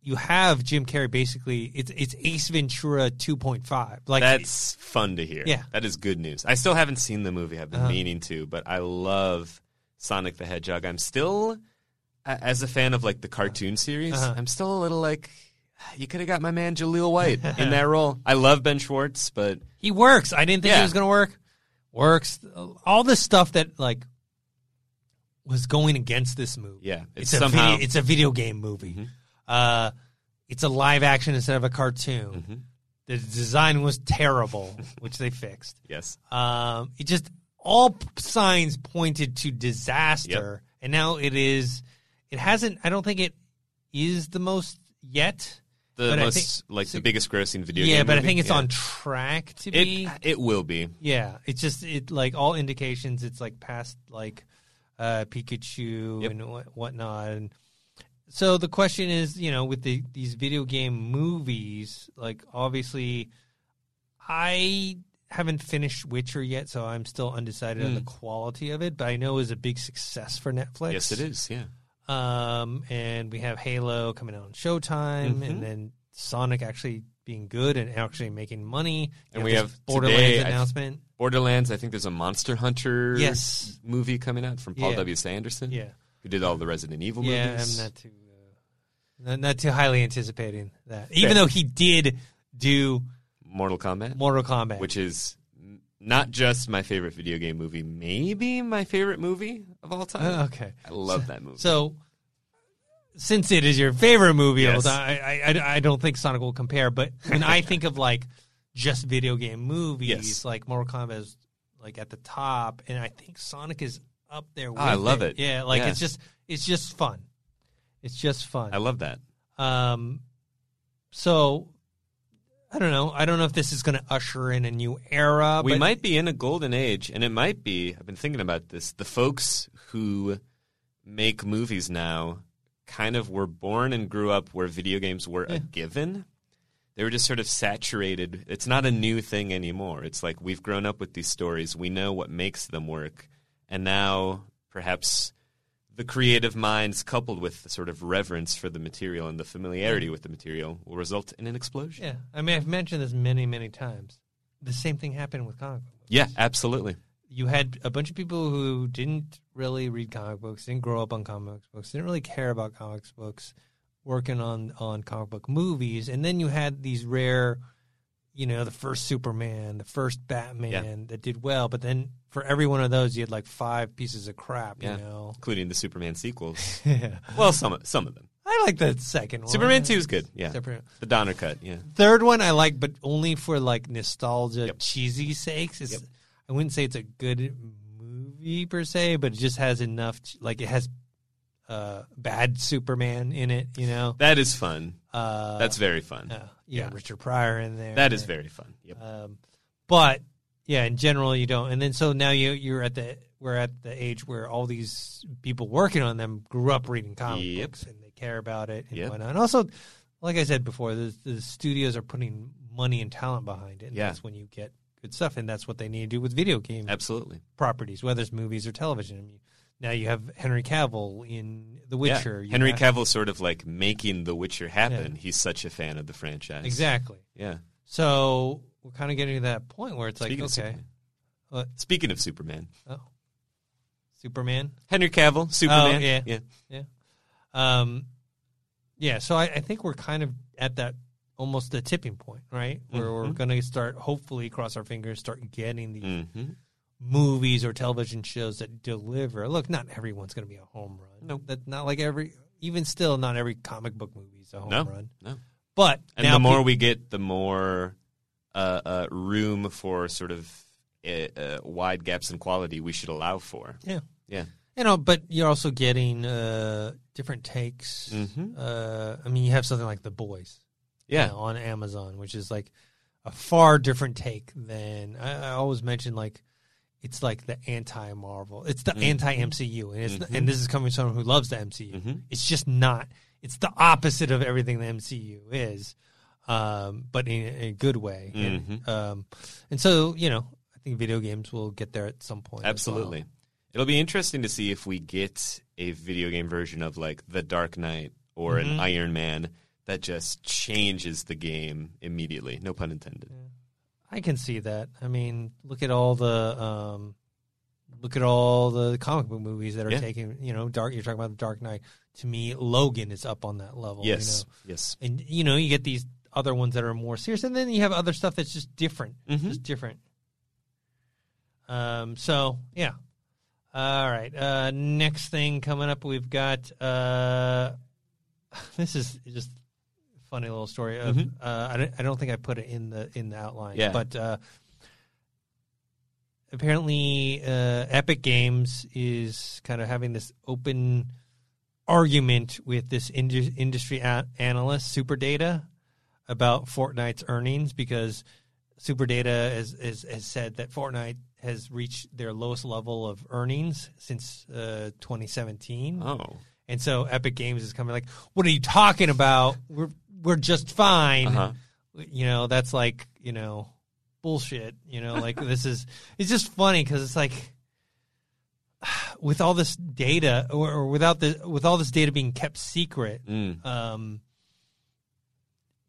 Speaker 2: You have Jim Carrey basically. It's it's Ace Ventura 2.5. Like
Speaker 3: That's fun to hear.
Speaker 2: Yeah. Uh-huh.
Speaker 3: That is good news. I still haven't seen the movie. I've been meaning to, but I love Sonic the Hedgehog. I'm still, a- as a fan of like the cartoon series,
Speaker 2: Uh-huh.
Speaker 3: I'm still a little like, you could have got my man
Speaker 2: (laughs)
Speaker 3: Jaleel White in that role. I love Ben Schwartz, but
Speaker 2: he works. I didn't think
Speaker 3: Yeah.
Speaker 2: he was going to work. Works. All this stuff that like was going against this movie.
Speaker 3: Yeah,
Speaker 2: it's,
Speaker 3: it's
Speaker 2: a
Speaker 3: somehow- Mm-hmm.
Speaker 2: video, it's a video game movie. Uh, it's a live action instead of a cartoon.
Speaker 3: Mm-hmm.
Speaker 2: The design was
Speaker 3: (laughs)
Speaker 2: terrible, which they fixed.
Speaker 3: yes.
Speaker 2: Um, it just all p- signs pointed to disaster, and now it is. It hasn't. I don't think it is the most yet.
Speaker 3: The
Speaker 2: but I
Speaker 3: most,
Speaker 2: think-
Speaker 3: like, the biggest grossing video game.
Speaker 2: yeah, but I
Speaker 3: movie.
Speaker 2: think it's
Speaker 3: Yeah.
Speaker 2: on track to be.
Speaker 3: It, it will be.
Speaker 2: Yeah, it's just it like all indications. It's like past like uh, Pikachu
Speaker 3: Yep.
Speaker 2: and what, whatnot. And so the question is, you know, with the these video game movies, like obviously, I haven't finished Witcher yet, so I'm still undecided
Speaker 3: Hmm.
Speaker 2: on the quality of it. But I know it was a big success for Netflix.
Speaker 3: Yes, it is. Yeah.
Speaker 2: Um, and we have Halo coming out on Showtime,
Speaker 3: Mm-hmm.
Speaker 2: and then Sonic actually being good and actually making money. You
Speaker 3: And
Speaker 2: know,
Speaker 3: we
Speaker 2: this
Speaker 3: have
Speaker 2: Borderlands
Speaker 3: today, I-
Speaker 2: announcement.
Speaker 3: Borderlands. I think there's a Monster Hunter
Speaker 2: Yes.
Speaker 3: movie coming out from Paul
Speaker 2: Yeah.
Speaker 3: W. Sanderson.
Speaker 2: Yeah.
Speaker 3: Who did all the Resident Evil
Speaker 2: Yeah,
Speaker 3: movies?
Speaker 2: I'm not too uh, not, not too highly anticipating that. Even though he did do
Speaker 3: Mortal Kombat.
Speaker 2: Mortal Kombat,
Speaker 3: which is n- not just my favorite video game movie, maybe my favorite movie of all time.
Speaker 2: Uh, okay.
Speaker 3: I love that movie.
Speaker 2: so since it is your favorite movie,
Speaker 3: Yes.
Speaker 2: although I, I- I I don't think Sonic will compare. But when I think of like just video game movies,
Speaker 3: Yes.
Speaker 2: like Mortal Kombat is like at the top, and I think Sonic is up there. With
Speaker 3: I love it.
Speaker 2: Yeah, like
Speaker 3: Yeah.
Speaker 2: it's just it's just fun. It's just fun.
Speaker 3: I love that.
Speaker 2: Um, so I don't know. I don't know if this is going to usher in a new era.
Speaker 3: we
Speaker 2: but
Speaker 3: might be in a golden age, and it might be. I've been thinking about this. The folks who make movies now kind of were born and grew up where video games were a given. They were just sort of saturated. It's not a new thing anymore. It's like we've grown up with these stories. We know what makes them work. And now perhaps the creative minds coupled with the sort of reverence for the material and the familiarity with the material will result in an explosion.
Speaker 2: Yeah, I mean, I've mentioned this many, many times. The same thing happened with comic book.
Speaker 3: Yeah, absolutely.
Speaker 2: You had a bunch of people who didn't really read comic books, didn't grow up on comic books, didn't really care about comic books, working on on comic book movies, and then you had these rare, you know, the first Superman, the first Batman
Speaker 3: Yeah.
Speaker 2: that did well, but then for every one of those, you had like five pieces of crap.
Speaker 3: Yeah.
Speaker 2: You know,
Speaker 3: Including the Superman sequels.
Speaker 2: (laughs) yeah.
Speaker 3: Well, some of, some of them.
Speaker 2: I like the second one.
Speaker 3: Superman Two is good. Yeah,
Speaker 2: Superman-
Speaker 3: the Donner cut. Yeah,
Speaker 2: Third one I like, but only for like nostalgia,
Speaker 3: Yep.
Speaker 2: cheesy sakes. It's, I wouldn't say it's a good movie per se, but it just has enough. ch- Like it has uh, bad Superman in it. You know,
Speaker 3: that is fun.
Speaker 2: uh,
Speaker 3: That's very fun.
Speaker 2: uh, yeah, Richard Pryor in there.
Speaker 3: That is very fun. Yep.
Speaker 2: Um, but yeah, in general, you don't. And then so now you you're at the we're at the age where all these people working on them grew up reading comic
Speaker 3: Yep.
Speaker 2: books and they care about it and
Speaker 3: Yep.
Speaker 2: whatnot. And also, like I said before, the, the studios are putting money and talent behind it. And
Speaker 3: Yeah.
Speaker 2: that's when you get good stuff, and that's what they need to do with video game
Speaker 3: Absolutely.
Speaker 2: properties, whether it's movies or television. I mean, now you have Henry Cavill in The Witcher.
Speaker 3: Yeah.
Speaker 2: You
Speaker 3: Henry
Speaker 2: have-
Speaker 3: Cavill sort of like making The Witcher happen.
Speaker 2: Yeah.
Speaker 3: He's such a fan of the franchise.
Speaker 2: exactly.
Speaker 3: Yeah.
Speaker 2: So we're kind of getting to that point where it's
Speaker 3: Speaking
Speaker 2: like,
Speaker 3: of
Speaker 2: okay, uh,
Speaker 3: Superman.
Speaker 2: What?
Speaker 3: Speaking of Superman,
Speaker 2: oh, Superman.
Speaker 3: Henry Cavill, Superman.
Speaker 2: Oh, yeah.
Speaker 3: yeah.
Speaker 2: Yeah. Um, yeah. So I, I think we're kind of at that almost the tipping point, right? Where
Speaker 3: Mm-hmm.
Speaker 2: we're going to start, hopefully, cross our fingers, start getting these
Speaker 3: Mhm.
Speaker 2: movies or television shows that deliver. Look, not everyone's going to be a home run.
Speaker 3: Nope.
Speaker 2: That's not like every, even still, not every comic book movie is a home
Speaker 3: No.
Speaker 2: run.
Speaker 3: No.
Speaker 2: But
Speaker 3: And
Speaker 2: now
Speaker 3: the more
Speaker 2: peop-
Speaker 3: we get, the more uh, uh, room for sort of uh, uh, wide gaps in quality we should allow for.
Speaker 2: Yeah.
Speaker 3: Yeah.
Speaker 2: You know, but you're also getting uh, different takes.
Speaker 3: Mm-hmm.
Speaker 2: Uh, I mean, you have something like The Boys. you
Speaker 3: Yeah.
Speaker 2: know, on Amazon, which is like a far different take than I, I always mention. Like, it's like the anti Marvel. It's
Speaker 3: Mm-hmm.
Speaker 2: the anti MCU, and it's and this is coming from someone who loves the MCU.
Speaker 3: Mm-hmm.
Speaker 2: It's just not. It's the opposite of everything the MCU is, um, but in, a- in a good way. And,
Speaker 3: Mm-hmm.
Speaker 2: um, and so you know, I think video games will get there at some point. as well.
Speaker 3: Absolutely. It'll be interesting to see if we get a video game version of like The Dark Knight or
Speaker 2: Mm-hmm.
Speaker 3: an Iron Man that just changes the game immediately. No pun intended.
Speaker 2: I can see that. I mean, look at all the um, look at all the comic book movies that are
Speaker 3: Yeah.
Speaker 2: taking. You know, dark. You're talking about the Dark Knight. To me, Logan is up on that level.
Speaker 3: Yes. Yes.
Speaker 2: you know? and you know you get these other ones that are more serious, and then you have other stuff that's just different. Just different. Um. So yeah. All right. Uh, next thing coming up, we've got uh, (laughs) this is just a funny little story. Of, uh, I, don't, I don't think I put it in the in the outline.
Speaker 3: Yeah.
Speaker 2: But uh, apparently, uh, Epic Games is kind of having this open argument with this indu- industry a- analyst, Superdata, about Fortnite's earnings because Superdata has, has, has said that Fortnite has reached their lowest level of earnings since uh, 2017.
Speaker 3: Oh.
Speaker 2: And so Epic Games is coming like, what are you talking about? We're we're just fine.
Speaker 3: Uh-huh.
Speaker 2: You know, that's like you know, bullshit. You know, like this is it's just funny because it's like (sighs) with all this data or, or without the with all this data being kept secret. Um,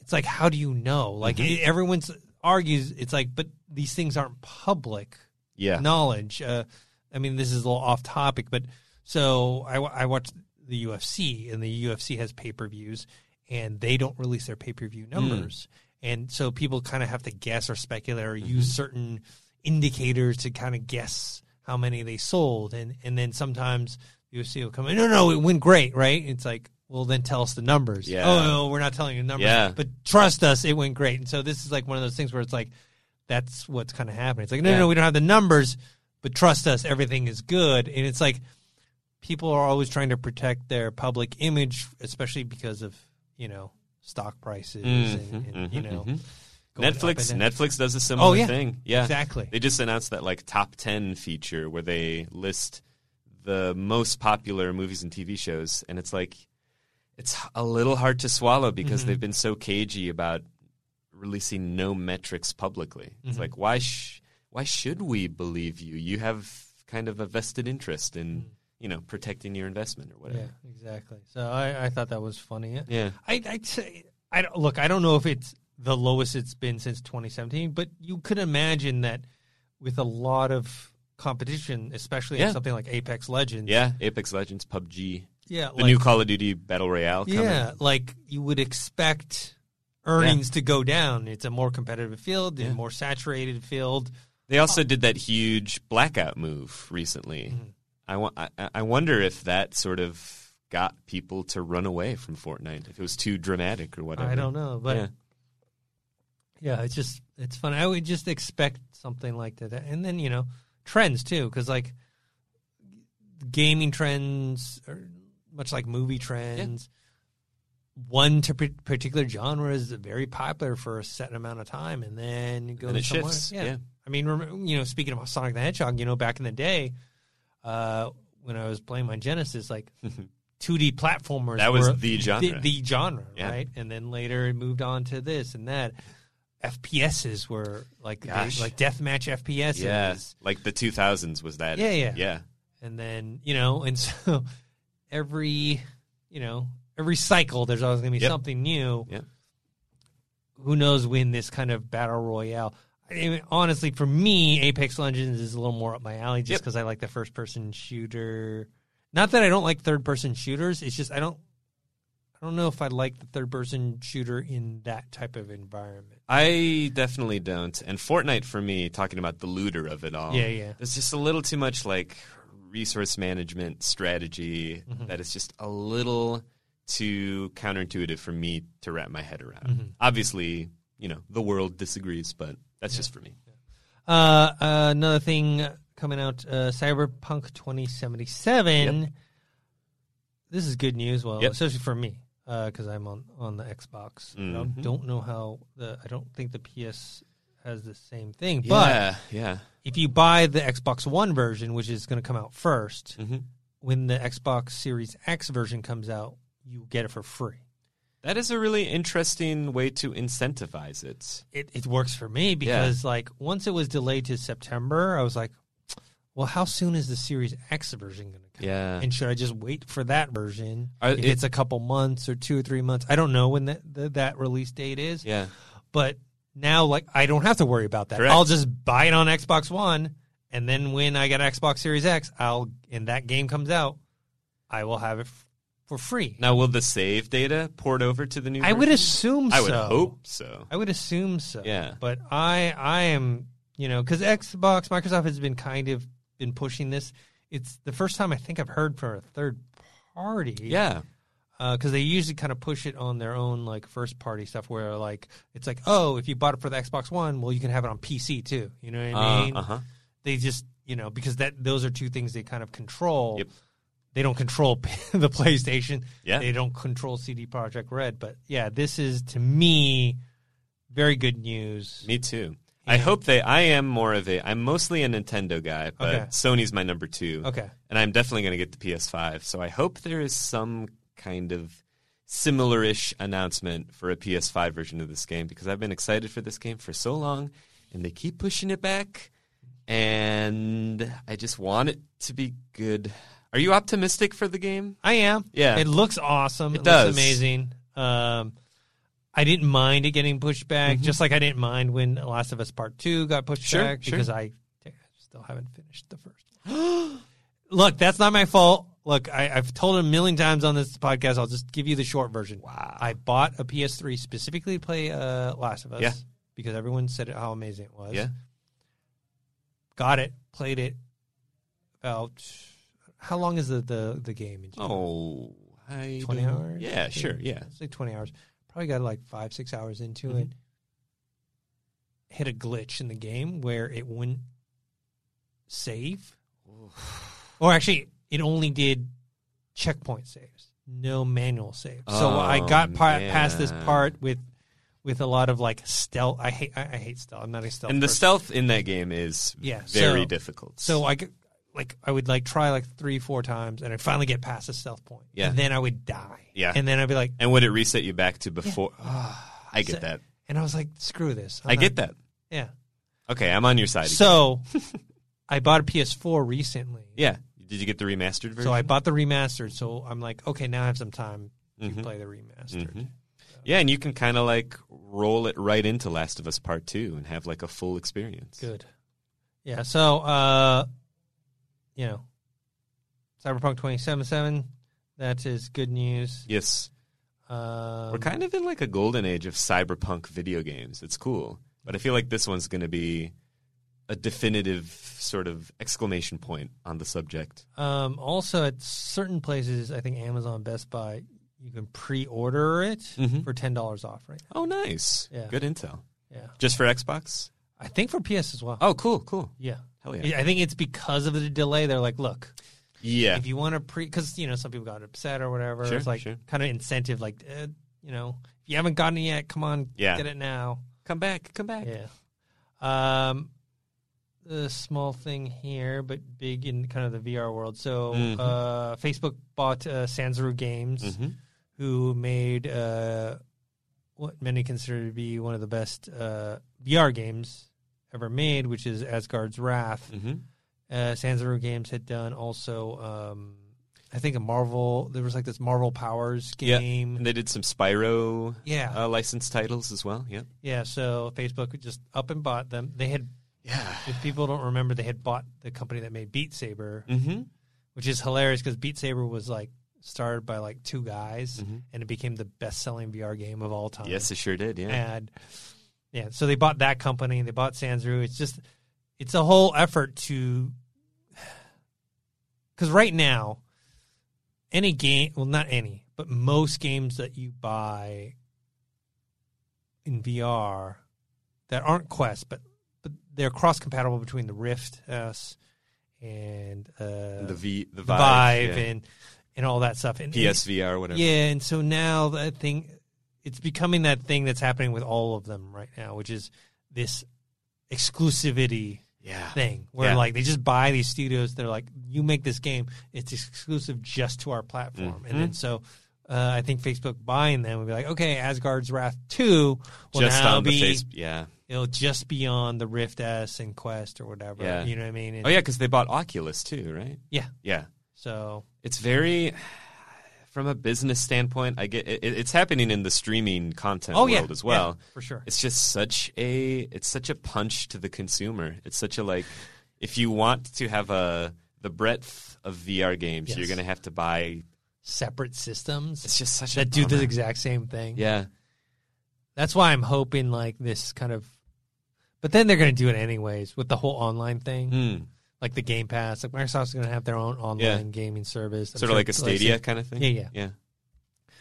Speaker 2: it's like how do you know? Like it, everyone's argues. It's like, but these things aren't public
Speaker 3: Yeah.
Speaker 2: knowledge. Uh, I mean, this is a little off topic, but so I, wa- I watched the UFC, and the UFC has pay per views, and they don't release their pay per view
Speaker 3: Hmm.
Speaker 2: numbers. And so people kind of have to guess or speculate or use
Speaker 3: Mm-hmm.
Speaker 2: certain indicators to kind of guess how many they sold. And, and then sometimes the UFC will come in, no, no, it went great, right? It's like, well, then tell us the numbers.
Speaker 3: Yeah.
Speaker 2: Oh, no, we're not telling you the numbers.
Speaker 3: Yeah.
Speaker 2: But trust us, it went great. And so this is like one of those things where it's like, that's what's kind of happening. It's like, no, no,
Speaker 3: Yeah.
Speaker 2: no, we don't have the numbers, but trust us, everything is good. And it's like people are always trying to protect their public image, especially because of you know stock prices and, and you know going up
Speaker 3: Mm-hmm, Netflix
Speaker 2: and down.
Speaker 3: Netflix does a similar
Speaker 2: yeah.
Speaker 3: thing. Yeah.
Speaker 2: Exactly.
Speaker 3: They just announced that like top 10 feature where they list the most popular movies and TV shows and it's like it's a little hard to swallow because
Speaker 2: Mm-hmm.
Speaker 3: they've been so cagey about releasing no metrics publicly.
Speaker 2: Mm-hmm.
Speaker 3: It's like why sh- why should we believe you? You have kind of a vested interest in,
Speaker 2: Mm.
Speaker 3: you know, protecting your investment or
Speaker 2: Yeah,
Speaker 3: whatever.
Speaker 2: exactly. So I, I thought that was funny.
Speaker 3: Yeah.
Speaker 2: I I'd say I don't, look. I don't know if it's the lowest it's been since 2017, but you could imagine that with a lot of competition, especially in
Speaker 3: Yeah.
Speaker 2: something like Apex Legends.
Speaker 3: Yeah, Apex Legends, PUBG,
Speaker 2: yeah.
Speaker 3: the
Speaker 2: like-
Speaker 3: new Call of Duty Battle Royale coming.
Speaker 2: Yeah, like you would expect earnings to go down. It's a more competitive field, a more saturated field.
Speaker 3: They also did that huge blackout move recently.
Speaker 2: Mm-hmm.
Speaker 3: I, wa- I, I wonder if that sort of got people to run away from Fortnite, if it was too dramatic or whatever.
Speaker 2: I don't know, but yeah.
Speaker 3: Yeah.
Speaker 2: it's just it's fun. I would just expect something like that, and then you know trends too, because like gaming trends are much like movie trends. One to par- particular genre is very popular for a certain amount of time, and then it goes
Speaker 3: it
Speaker 2: somewhere.
Speaker 3: shifts, yeah.
Speaker 2: I mean, rem- you know, speaking of Sonic the Hedgehog, you know, back in the day, uh, when I was playing my Genesis,
Speaker 3: (laughs)
Speaker 2: like 2D platformers
Speaker 3: That was
Speaker 2: were
Speaker 3: the genre.
Speaker 2: the, the genre,
Speaker 3: Yeah.
Speaker 2: right? And then later it moved on to this and that. FPSs were like they,
Speaker 3: Gosh.
Speaker 2: like deathmatch FPSs.
Speaker 3: Yeah, like the 2000s was that.
Speaker 2: Yeah, yeah.
Speaker 3: Yeah.
Speaker 2: And then, you know, and (laughs) so every, you know, every cycle there's always going to be
Speaker 3: Yep.
Speaker 2: something new.
Speaker 3: Yep.
Speaker 2: Who knows when this kind of battle royale. I mean, honestly, for me, Apex Legends is a little more up my alley just
Speaker 3: Yep.
Speaker 2: because I like the first person shooter. Not that I don't like third person shooters. It's just I don't I don't know if I like the third person shooter in that type of environment.
Speaker 3: I definitely don't. And Fortnite for me, talking about the looter of it all.
Speaker 2: Yeah, yeah.
Speaker 3: There's just a little too much like resource management strategy
Speaker 2: Mm-hmm.
Speaker 3: that is just a
Speaker 2: Mm-hmm.
Speaker 3: little too counterintuitive for me to wrap my head around. Obviously, you know the world disagrees, but that's just for me.
Speaker 2: Uh, another thing coming out, uh, Cyberpunk 2077. This is good news, well,
Speaker 3: Yep.
Speaker 2: especially for me because I'm on, on the Xbox. And I
Speaker 3: Mm-hmm.
Speaker 2: don't know how the I don't think the PS has the same thing. But
Speaker 3: yeah, yeah,
Speaker 2: if you buy the Xbox One version, which is going to come out 1st
Speaker 3: Mm-hmm.
Speaker 2: when the Xbox Series X version comes out, you get it for free.
Speaker 3: that is a really interesting way to incentivize it.
Speaker 2: it, it works for me because like once it was delayed to September, I was like, well, how soon is the Series X version going to come?
Speaker 3: Yeah.
Speaker 2: and should I just wait for that version?
Speaker 3: Are-
Speaker 2: if
Speaker 3: it-
Speaker 2: it's a couple months or two or three months, I don't know when that the, that release date is.
Speaker 3: Yeah,
Speaker 2: but now like I don't have to worry about that.
Speaker 3: Correct.
Speaker 2: I'll just buy it on Xbox One, and then when I get Xbox Series X, I'll and that game comes out, I will have it f- for free.
Speaker 3: Now, will the save data port over to the new?
Speaker 2: I would
Speaker 3: version?
Speaker 2: assume.
Speaker 3: I would
Speaker 2: so.
Speaker 3: hope so.
Speaker 2: I would assume so.
Speaker 3: Yeah.
Speaker 2: But I I am you know because Xbox Microsoft has been kind of been pushing this. It's the first time I think I've heard from a third party.
Speaker 3: Yeah,
Speaker 2: Because Uh, they usually kind of push it on their own like first party stuff where like it's like oh if you bought it for the Xbox One well you can have it on PC too. You know what I
Speaker 3: Uh,
Speaker 2: mean?
Speaker 3: uh-huh.
Speaker 2: They just you know because that those are two things they kind of control.
Speaker 3: Yep.
Speaker 2: They don't control (laughs) the PlayStation.
Speaker 3: Yeah.
Speaker 2: They don't control CD Project Red. But yeah, this is to me very good news.
Speaker 3: me too. I hope they. I am more of a. I'm mostly a Nintendo guy, but
Speaker 2: Okay.
Speaker 3: Sony's my number two.
Speaker 2: Okay.
Speaker 3: and I'm definitely going to get the PS5. So I hope there is some kind of similar-ish announcement for a PS5 version of this game because I've been excited for this game for so long, and they keep pushing it back, and I just want it to be good. Are you optimistic for the game?
Speaker 2: I am.
Speaker 3: Yeah.
Speaker 2: It looks awesome. It,
Speaker 3: does.
Speaker 2: looks amazing. Um, I didn't mind it getting pushed back, just like I didn't mind when Last of Us Part Two got pushed
Speaker 3: Mm-hmm. Sure,
Speaker 2: back
Speaker 3: sure.
Speaker 2: because I still haven't finished the first. one. (gasps) Look, that's not my fault. Look, I, I've told it a million times on this podcast. I'll just give you the short version. Wow. I bought a PS3 specifically to play uh, Last of Us
Speaker 3: Yeah.
Speaker 2: because everyone said how amazing it was
Speaker 3: Yeah.
Speaker 2: got it, played it. About how long is the the, the game? in general?
Speaker 3: Oh, I
Speaker 2: 20
Speaker 3: don't-
Speaker 2: hours.
Speaker 3: Yeah, sure. Yeah. Mm-hmm.
Speaker 2: let's say twenty hours. Probably got like five six hours into it. Hit a glitch in the game where it wouldn't save, or actually, it only did checkpoint saves, no manual saves. so
Speaker 3: Oh,
Speaker 2: I got pa- past this
Speaker 3: man.
Speaker 2: part with with a lot of like stealth. I hate I, I hate stealth. I'm not a stealth.
Speaker 3: And the
Speaker 2: person.
Speaker 3: stealth in that game is
Speaker 2: Yeah,
Speaker 3: very
Speaker 2: so-
Speaker 3: difficult.
Speaker 2: So I g- like I would like try like three four times, and I finally get past the stealth point.
Speaker 3: Yeah.
Speaker 2: And then I would die.
Speaker 3: Yeah.
Speaker 2: And then I'd be like,
Speaker 3: and would it reset you back to before? Ah, I get
Speaker 2: So-
Speaker 3: that.
Speaker 2: and I was like, screw this.
Speaker 3: I get that.
Speaker 2: Yeah.
Speaker 3: Okay, I'm on your side. again.
Speaker 2: So (laughs) I bought a PS4 recently.
Speaker 3: yeah, did you get the remastered version?
Speaker 2: So I bought the remastered. So I'm like, okay, now I have some time to
Speaker 3: Mm-hmm.
Speaker 2: play the remastered.
Speaker 3: yeah, and you can kind of like roll it right into Last of Us Part Two and have like a full experience.
Speaker 2: Good. Yeah. So, uh, you know, Cyberpunk 2077. That is good news.
Speaker 3: Yes,
Speaker 2: Um,
Speaker 3: we're kind of in like a golden age of cyberpunk video games. It's cool, but I feel like this one's going to be a definitive sort of exclamation point on the subject.
Speaker 2: Um, also, at certain places, I think Amazon, Best Buy, you can pre-order it
Speaker 3: Mm-hmm.
Speaker 2: for ten dollars off right
Speaker 3: Oh, nice.
Speaker 2: Yeah.
Speaker 3: Good intel.
Speaker 2: now. Yeah,
Speaker 3: Just for Xbox?
Speaker 2: I think for PS as well.
Speaker 3: Oh, cool, cool.
Speaker 2: yeah,
Speaker 3: Hell yeah.
Speaker 2: I think it's because of the delay. They're like, look,
Speaker 3: Yeah.
Speaker 2: if you want to pre, because you know some people got upset or whatever.
Speaker 3: Sure,
Speaker 2: it's like
Speaker 3: sure.
Speaker 2: kind of incentive, like eh, you know, if you haven't gotten it yet, come on,
Speaker 3: Yeah.
Speaker 2: get it now.
Speaker 3: Come back, come back.
Speaker 2: Yeah. Um, a small thing here, but big in kind of the VR world. So uh, Facebook bought uh, Sanzaru Games, who made uh, what many consider to be one of the best uh, VR games ever made, which is Asgard's Wrath. Uh, Sanzaru Games had done also. Um, I think a Marvel. There was like this Marvel Powers
Speaker 3: Yeah.
Speaker 2: game.
Speaker 3: And they did some Spyro
Speaker 2: Yeah.
Speaker 3: uh, licensed titles as well. Yep.
Speaker 2: Yeah, so Facebook just up and bought them. They had,
Speaker 3: Yeah.
Speaker 2: if people don't remember, they had bought the company that made Beat Saber,
Speaker 3: Mm-hmm.
Speaker 2: which is hilarious because Beat Saber was like started by like two guys, and it became the best-selling VR game of all time.
Speaker 3: Mm-hmm. Yes, it sure did. Yeah.
Speaker 2: and yeah, so they bought that company. They bought Sanzru. It's just, it's a whole effort to, because right now, any game, well, not any, but most games that you buy in VR that aren't Quest, but but they're cross compatible between the Rift S and uh,
Speaker 3: the V, the Vive,
Speaker 2: the Vive
Speaker 3: yeah.
Speaker 2: and and all that stuff. And
Speaker 3: PSVR, whatever.
Speaker 2: Yeah, and so now that thing, it's becoming that thing that's happening with all of them right now, which is this exclusivity
Speaker 3: Yeah.
Speaker 2: thing where
Speaker 3: Yeah.
Speaker 2: like they just buy these studios. They're like, you make this game, it's exclusive just to our platform, and
Speaker 3: Mm-hmm.
Speaker 2: then so. Uh, I think Facebook buying them would be like, okay, Asgard's Wrath two will
Speaker 3: just
Speaker 2: now
Speaker 3: on
Speaker 2: be
Speaker 3: the face. Yeah.
Speaker 2: it'll just be on the Rift S and Quest or whatever.
Speaker 3: Yeah.
Speaker 2: You know what I mean? And-
Speaker 3: Oh yeah, because they bought Oculus too, right?
Speaker 2: yeah.
Speaker 3: Yeah.
Speaker 2: So
Speaker 3: It's very. (sighs) From a business standpoint, I get it, it's happening in the streaming content
Speaker 2: oh
Speaker 3: world
Speaker 2: yeah,
Speaker 3: as
Speaker 2: yeah,
Speaker 3: well.
Speaker 2: for sure.
Speaker 3: It's just such a it's such a punch to the consumer. It's such a like if you want to have a the breadth of VR games,
Speaker 2: Yes.
Speaker 3: you're going to have to buy.
Speaker 2: Separate systems.
Speaker 3: It's just such a
Speaker 2: that do the
Speaker 3: bummer.
Speaker 2: exact same thing.
Speaker 3: Yeah,
Speaker 2: That's why I'm hoping like this kind of but then they're going to do it anyways with the whole online thing,
Speaker 3: Hmm.
Speaker 2: like the Game Pass. Like Microsoft's going to have their own online
Speaker 3: Yeah.
Speaker 2: gaming service, I'm
Speaker 3: sort of
Speaker 2: sure
Speaker 3: like a
Speaker 2: it's
Speaker 3: Stadia kind of thing.
Speaker 2: Yeah, yeah.
Speaker 3: yeah.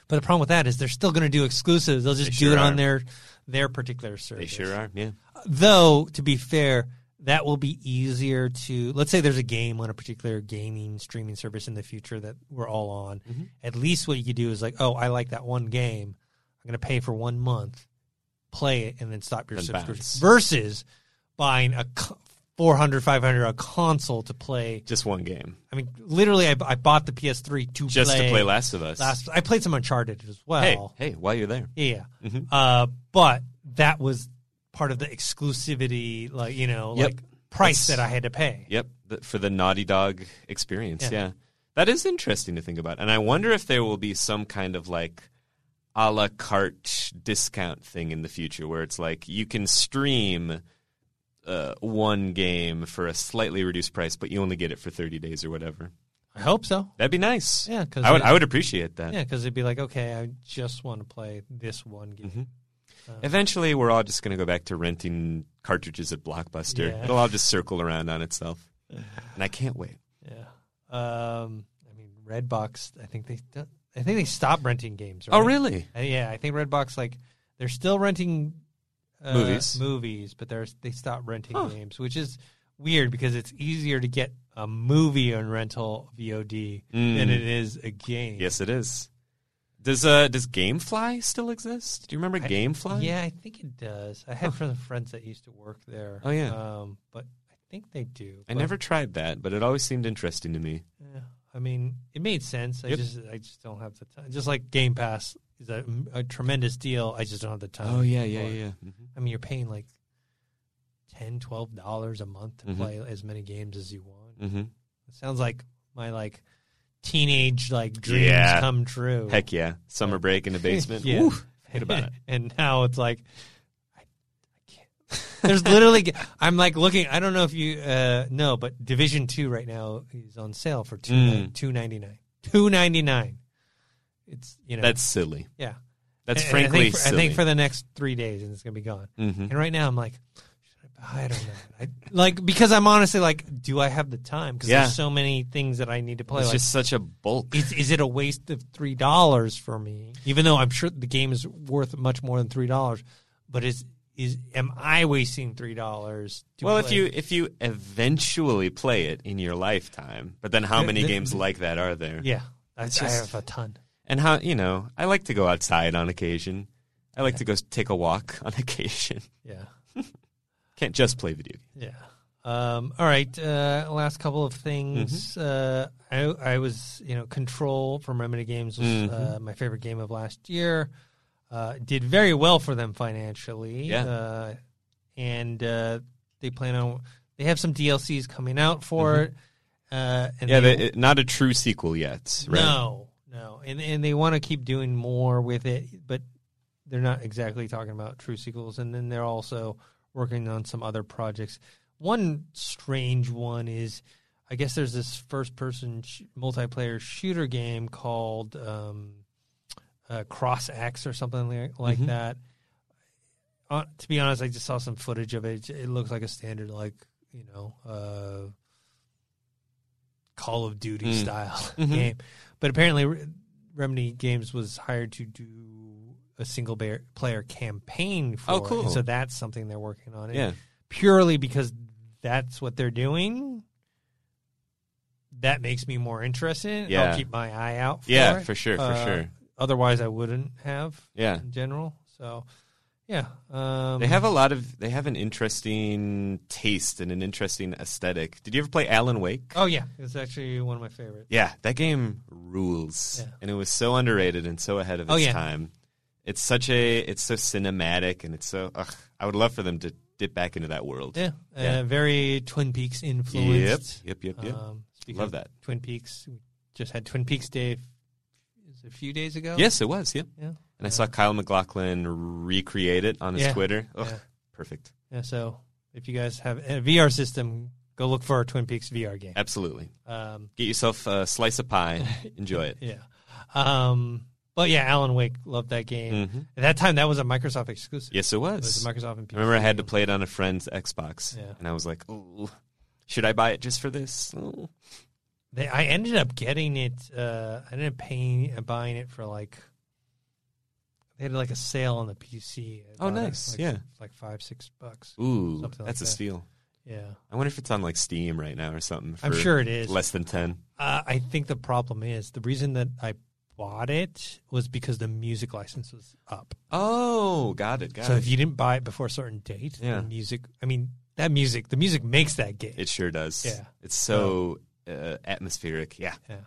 Speaker 2: But the problem with that is they're still going to do exclusives. They'll just do
Speaker 3: They sure
Speaker 2: it on
Speaker 3: are.
Speaker 2: their their particular service.
Speaker 3: They sure are. Yeah,
Speaker 2: Though to be fair, that will be easier to. Let's say there's a game on a particular gaming streaming service in the future that we're all on.
Speaker 3: Mm-hmm.
Speaker 2: At least what you could do is like, oh, I like that one game. I'm going to pay for one month, play it, and then stop your
Speaker 3: Then
Speaker 2: subscription.
Speaker 3: bounce.
Speaker 2: Versus buying a co- 400, 500 a console to play.
Speaker 3: just one game,
Speaker 2: I mean, literally, I, I bought the PS3 to
Speaker 3: just
Speaker 2: play
Speaker 3: to play Last of Us.
Speaker 2: last- I played some Uncharted as well.
Speaker 3: hey, hey, while you're there,
Speaker 2: Yeah.
Speaker 3: Mm-hmm.
Speaker 2: Uh, but that was part of the exclusivity, like you know,
Speaker 3: Yep.
Speaker 2: like price
Speaker 3: That's-
Speaker 2: that I had to pay.
Speaker 3: Yep, th- for the Naughty Dog experience.
Speaker 2: Yeah.
Speaker 3: Yeah. That is interesting to think about. And I wonder if there will be some kind of like a la carte discount thing in the future where it's like you can stream uh, one game for a slightly reduced price, but you only get it for 30 days or whatever.
Speaker 2: I hope so.
Speaker 3: That'd be nice.
Speaker 2: Yeah, 'cause
Speaker 3: I would,
Speaker 2: it-
Speaker 3: I would appreciate that.
Speaker 2: Yeah, because it'd be like, okay, I just want to play this one game.
Speaker 3: Eventually, we're all just going to go back to renting cartridges at Blockbuster.
Speaker 2: Yeah.
Speaker 3: It'll all just circle around
Speaker 2: (sighs)
Speaker 3: on itself. And I can't wait.
Speaker 2: Yeah. Um, I mean, Redbox. I think they. don't- I think they stopped renting games. Right?
Speaker 3: Oh, really?
Speaker 2: Uh, yeah, I think Redbox like they're still renting uh,
Speaker 3: Movies.
Speaker 2: movies, but they're they stopped renting games, which is weird because it's easier to get a movie on rental VOD than it is a game.
Speaker 3: Mm. Yes, it is. Does uh does GameFly still exist? Do you remember GameFly?
Speaker 2: Yeah, I think it does. I had some friends that used to work there.
Speaker 3: Oh, yeah.
Speaker 2: um, but I think they do.
Speaker 3: I
Speaker 2: but,
Speaker 3: never tried that, but it always seemed interesting to me.
Speaker 2: yeah, I mean, it made sense. I
Speaker 3: Yep.
Speaker 2: just I just don't have the time. Just like Game Pass is a, a tremendous deal. I just don't have the time.
Speaker 3: Oh,
Speaker 2: for it.
Speaker 3: Mm-hmm.
Speaker 2: I mean, you're paying like ten, twelve dollars a month to
Speaker 3: Mhm.
Speaker 2: play as many games as you want.
Speaker 3: hmm
Speaker 2: It sounds like my like teenage like dreams
Speaker 3: Yeah.
Speaker 2: come true.
Speaker 3: Heck yeah! Summer break in the basement.
Speaker 2: (laughs) Yeah.
Speaker 3: Woo, forget about it.
Speaker 2: (laughs) and now it's like
Speaker 3: (laughs)
Speaker 2: I, I can't. There's literally I'm like looking. I don't know if you uh know, but Division Two right now is on sale for two
Speaker 3: Mm.
Speaker 2: two ninety nine. Two ninety nine. It's you know
Speaker 3: That's silly.
Speaker 2: yeah. And-
Speaker 3: That's
Speaker 2: and
Speaker 3: frankly
Speaker 2: I think, for, I
Speaker 3: silly. Mm-hmm.
Speaker 2: think for the next three days, and it's gonna be gone. And right now, I'm like, should I, buy it or not? I, like because I'm honestly like, do I have the time? Because
Speaker 3: Yeah.
Speaker 2: there's so many things that I need to play.
Speaker 3: it's
Speaker 2: like,
Speaker 3: just such a bulk.
Speaker 2: is, is it a waste of three dollars for me? Even though I'm sure the game is worth much more than three dollars, but is is am I wasting three dollars?
Speaker 3: well, if you if you eventually play it in your lifetime, but then how
Speaker 2: Th-
Speaker 3: many
Speaker 2: th-
Speaker 3: games like that are there?
Speaker 2: yeah, I,
Speaker 3: It's
Speaker 2: I
Speaker 3: just-
Speaker 2: have a ton.
Speaker 3: And how you know? I like to go outside on occasion. I like to go s- take a walk (laughs) on occasion.
Speaker 2: Yeah,
Speaker 3: Can't just play video. games.
Speaker 2: yeah. Um, all right, uh, last couple of
Speaker 3: Mm-hmm.
Speaker 2: things. Uh, I I was you know Control from Remedy Games was uh,
Speaker 3: Mm-hmm.
Speaker 2: my favorite game of last year. Uh, did very well for them financially.
Speaker 3: Yeah.
Speaker 2: Uh, and uh, they plan on they have some DLCs coming out for it. Uh, and
Speaker 3: Mm-hmm. Yeah,
Speaker 2: they,
Speaker 3: they, it- not a true sequel yet, right?
Speaker 2: no, no, and and they want to keep doing more with it, but they're not exactly talking about true sequels. And then they're also working on some other projects. One strange one is, I guess there's this first-person sh- multiplayer shooter game called um, uh, Cross X or something like, like
Speaker 3: Mm-hmm.
Speaker 2: that. Uh, to be honest, I just saw some footage of it. It looks like a standard, like you know, uh, (laughs)
Speaker 3: Mm. Mm-hmm.
Speaker 2: Call of Duty style game. But apparently, Re- Remedy Games was hired to do a single bear, player campaign for.
Speaker 3: Oh,
Speaker 2: it.
Speaker 3: cool.
Speaker 2: So that's something they're working on. And
Speaker 3: Yeah.
Speaker 2: Purely because that's what they're doing. That makes me more interested.
Speaker 3: Yeah.
Speaker 2: I'll keep my eye out for
Speaker 3: Yeah,
Speaker 2: it.
Speaker 3: for sure, for
Speaker 2: Uh,
Speaker 3: sure.
Speaker 2: Otherwise, I wouldn't have
Speaker 3: Yeah.
Speaker 2: in general. So, yeah. Um,
Speaker 3: They have a lot of. They have an interesting taste and an interesting aesthetic. Did you ever play Alan Wake?
Speaker 2: Oh, yeah. It's actually one of my favorites.
Speaker 3: Yeah, that game rules,
Speaker 2: Yeah.
Speaker 3: and it was so underrated and so ahead of its
Speaker 2: Oh, yeah.
Speaker 3: time. It's such a. It's so cinematic, and it's so. Ugh, I would love for them to dip back into that world.
Speaker 2: Yeah,
Speaker 3: Yeah.
Speaker 2: Uh, very Twin Peaks
Speaker 3: Yep.
Speaker 2: influenced. Um,
Speaker 3: Yep. Yep. Yep.
Speaker 2: speaking
Speaker 3: Love
Speaker 2: of
Speaker 3: that.
Speaker 2: Twin Peaks. We just had Twin Peaks Day is it a few days ago.
Speaker 3: yes, it was. Yep.
Speaker 2: Yeah.
Speaker 3: And I saw Kyle McLaughlin recreate it on his
Speaker 2: Yeah.
Speaker 3: Twitter. Ugh,
Speaker 2: Yeah.
Speaker 3: Perfect.
Speaker 2: Yeah, so if you guys have a VR system, go look for our Twin Peaks VR game.
Speaker 3: Absolutely.
Speaker 2: Um,
Speaker 3: Get yourself a slice of pie. Enjoy it.
Speaker 2: (laughs) yeah. Um, but yeah, Alan Wake loved that game.
Speaker 3: Mhm.
Speaker 2: At that time, that was a Microsoft exclusive.
Speaker 3: Yes, it
Speaker 2: It was
Speaker 3: was.
Speaker 2: a Microsoft and PC.
Speaker 3: I remember I had to play it on a friend's Xbox,
Speaker 2: Yeah.
Speaker 3: and I was like, "Ooh, should I buy it just for this?" Ooh.
Speaker 2: They, I ended up getting it. Uh, I ended up paying uh, buying it for like. They had like a sale on the PC. I bought
Speaker 3: Oh,
Speaker 2: it,
Speaker 3: nice,
Speaker 2: like,
Speaker 3: yeah.
Speaker 2: like five six bucks.
Speaker 3: Ooh,
Speaker 2: Something like
Speaker 3: that's a
Speaker 2: that.
Speaker 3: steal.
Speaker 2: Yeah,
Speaker 3: I wonder if it's on like Steam right now or something.
Speaker 2: I'm
Speaker 3: for
Speaker 2: sure it is.
Speaker 3: Less than ten.
Speaker 2: Uh, I think the problem is the reason that I bought it was because the music license was up.
Speaker 3: Oh, got it. Got
Speaker 2: so
Speaker 3: it.
Speaker 2: if you didn't buy it before a certain date,
Speaker 3: Yeah.
Speaker 2: the music. I mean, that music. The music makes that game.
Speaker 3: it sure does.
Speaker 2: Yeah.
Speaker 3: it's so uh, atmospheric. Yeah.
Speaker 2: yeah.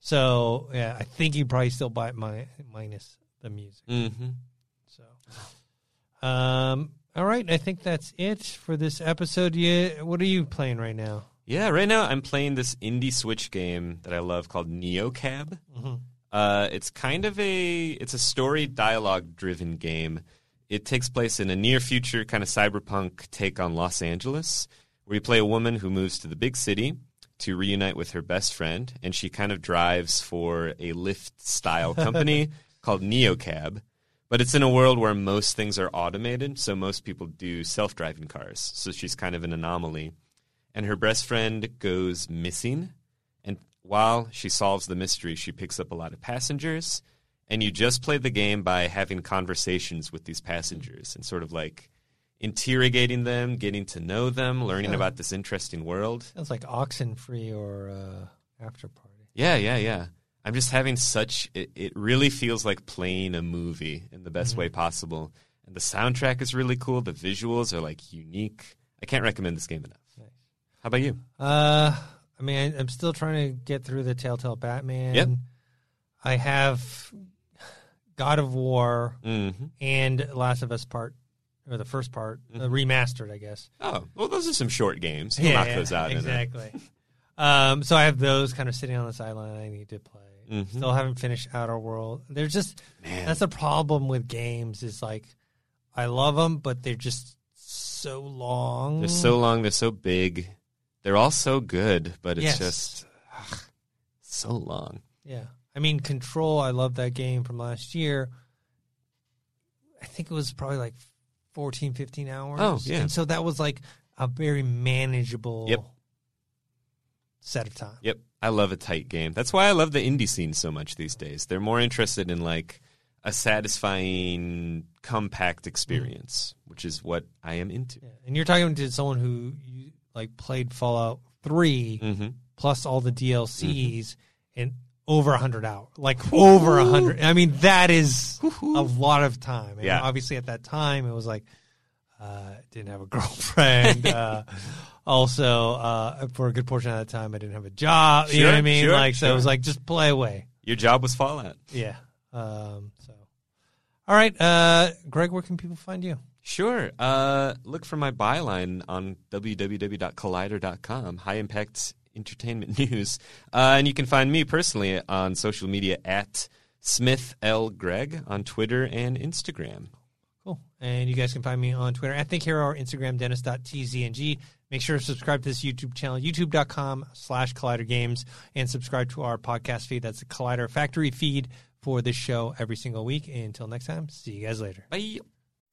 Speaker 2: So yeah, I think you probably still buy it mi- minus the music.
Speaker 3: Mm-hmm.
Speaker 2: So, um, all right, I think that's it for this episode. Yeah, what are you playing right now?
Speaker 3: Yeah. Right now, I'm playing this indie Switch game that I love called NeoCab. Uh, it's kind of a it's a story dialogue driven game. It takes place in a near future kind of cyberpunk take on Los Angeles, where you play a woman who moves to the big city to reunite with her best friend, and she kind of drives for a Lyft style company called NeoCab. But it's in a world where most things are automated, so most people do self driving cars. So she's kind of an anomaly and her best friend goes missing. And while she solves the mystery, she picks up a lot of passengers. And you just play the game by having conversations with these passengers and sort of like interrogating them, getting to know them, learning about this interesting world.
Speaker 2: Sounds like Oxen Free or uh, After Party.
Speaker 3: Yeah, yeah, yeah. I'm just having such. It, it really feels like playing a movie in the best way possible. And the soundtrack is really cool. The visuals are like unique. I can't recommend this game enough. How about you?
Speaker 2: Uh, I mean, I, I'm still trying to get through the Telltale Batman.
Speaker 3: Yep.
Speaker 2: I have God of War
Speaker 3: Mm-hmm.
Speaker 2: and Last of Us Part, or the first part, uh, remastered, I guess.
Speaker 3: Oh, well, those are some short games. He'll knock those out. in a-
Speaker 2: Exactly. um, so I have those kind of sitting on the sideline. I need to play.
Speaker 3: Mm-hmm.
Speaker 2: Still haven't finished Outer World. There's just that's the problem with games is like I love them, but they're just so long.
Speaker 3: They're so long. They're so big. They're all so good, but it's
Speaker 2: Yes.
Speaker 3: just ugh, so long.
Speaker 2: yeah. I mean, Control. I love that game from last year. I think it was probably like 14, 15 hours.
Speaker 3: Oh, yeah.
Speaker 2: And so that was like a very manageable
Speaker 3: Yep.
Speaker 2: set of time.
Speaker 3: Yep, I love a tight game. That's why I love the indie scene so much these days. They're more interested in like a satisfying, compact experience, which is what I am into.
Speaker 2: Yeah, and you're talking to someone who you, like played Fallout 3
Speaker 3: Mm-hmm.
Speaker 2: plus all the DLCs and over a hundred hours, like over a hundred. I mean, that is a lot of time. And
Speaker 3: Yeah.
Speaker 2: obviously at that time it was like uh, didn't have a (laughs) girlfriend. uh, also, uh, for a good portion of that time, I didn't have a job. you know what I
Speaker 3: Sure,
Speaker 2: mean?
Speaker 3: sure,
Speaker 2: like so, it was
Speaker 3: sure.
Speaker 2: like just play away.
Speaker 3: Your job was Fallout.
Speaker 2: Yeah. Um, so, all right, uh, Greg, where can people find you?
Speaker 3: Sure. Uh, look for my byline on www.collider.com, high impact entertainment (laughs) news. Uh, and you can find me personally on social media at Smith L. Gregg on Twitter and Instagram.
Speaker 2: Cool. And you guys can find me on Twitter at ThinkHero or Instagram, Dennis.tzng. Make sure to subscribe to this YouTube channel, youtube.com slash Collider Games, and subscribe to our podcast feed. That's the Collider Factory feed for this show every single week. until next time, see you guys later.
Speaker 3: Bye.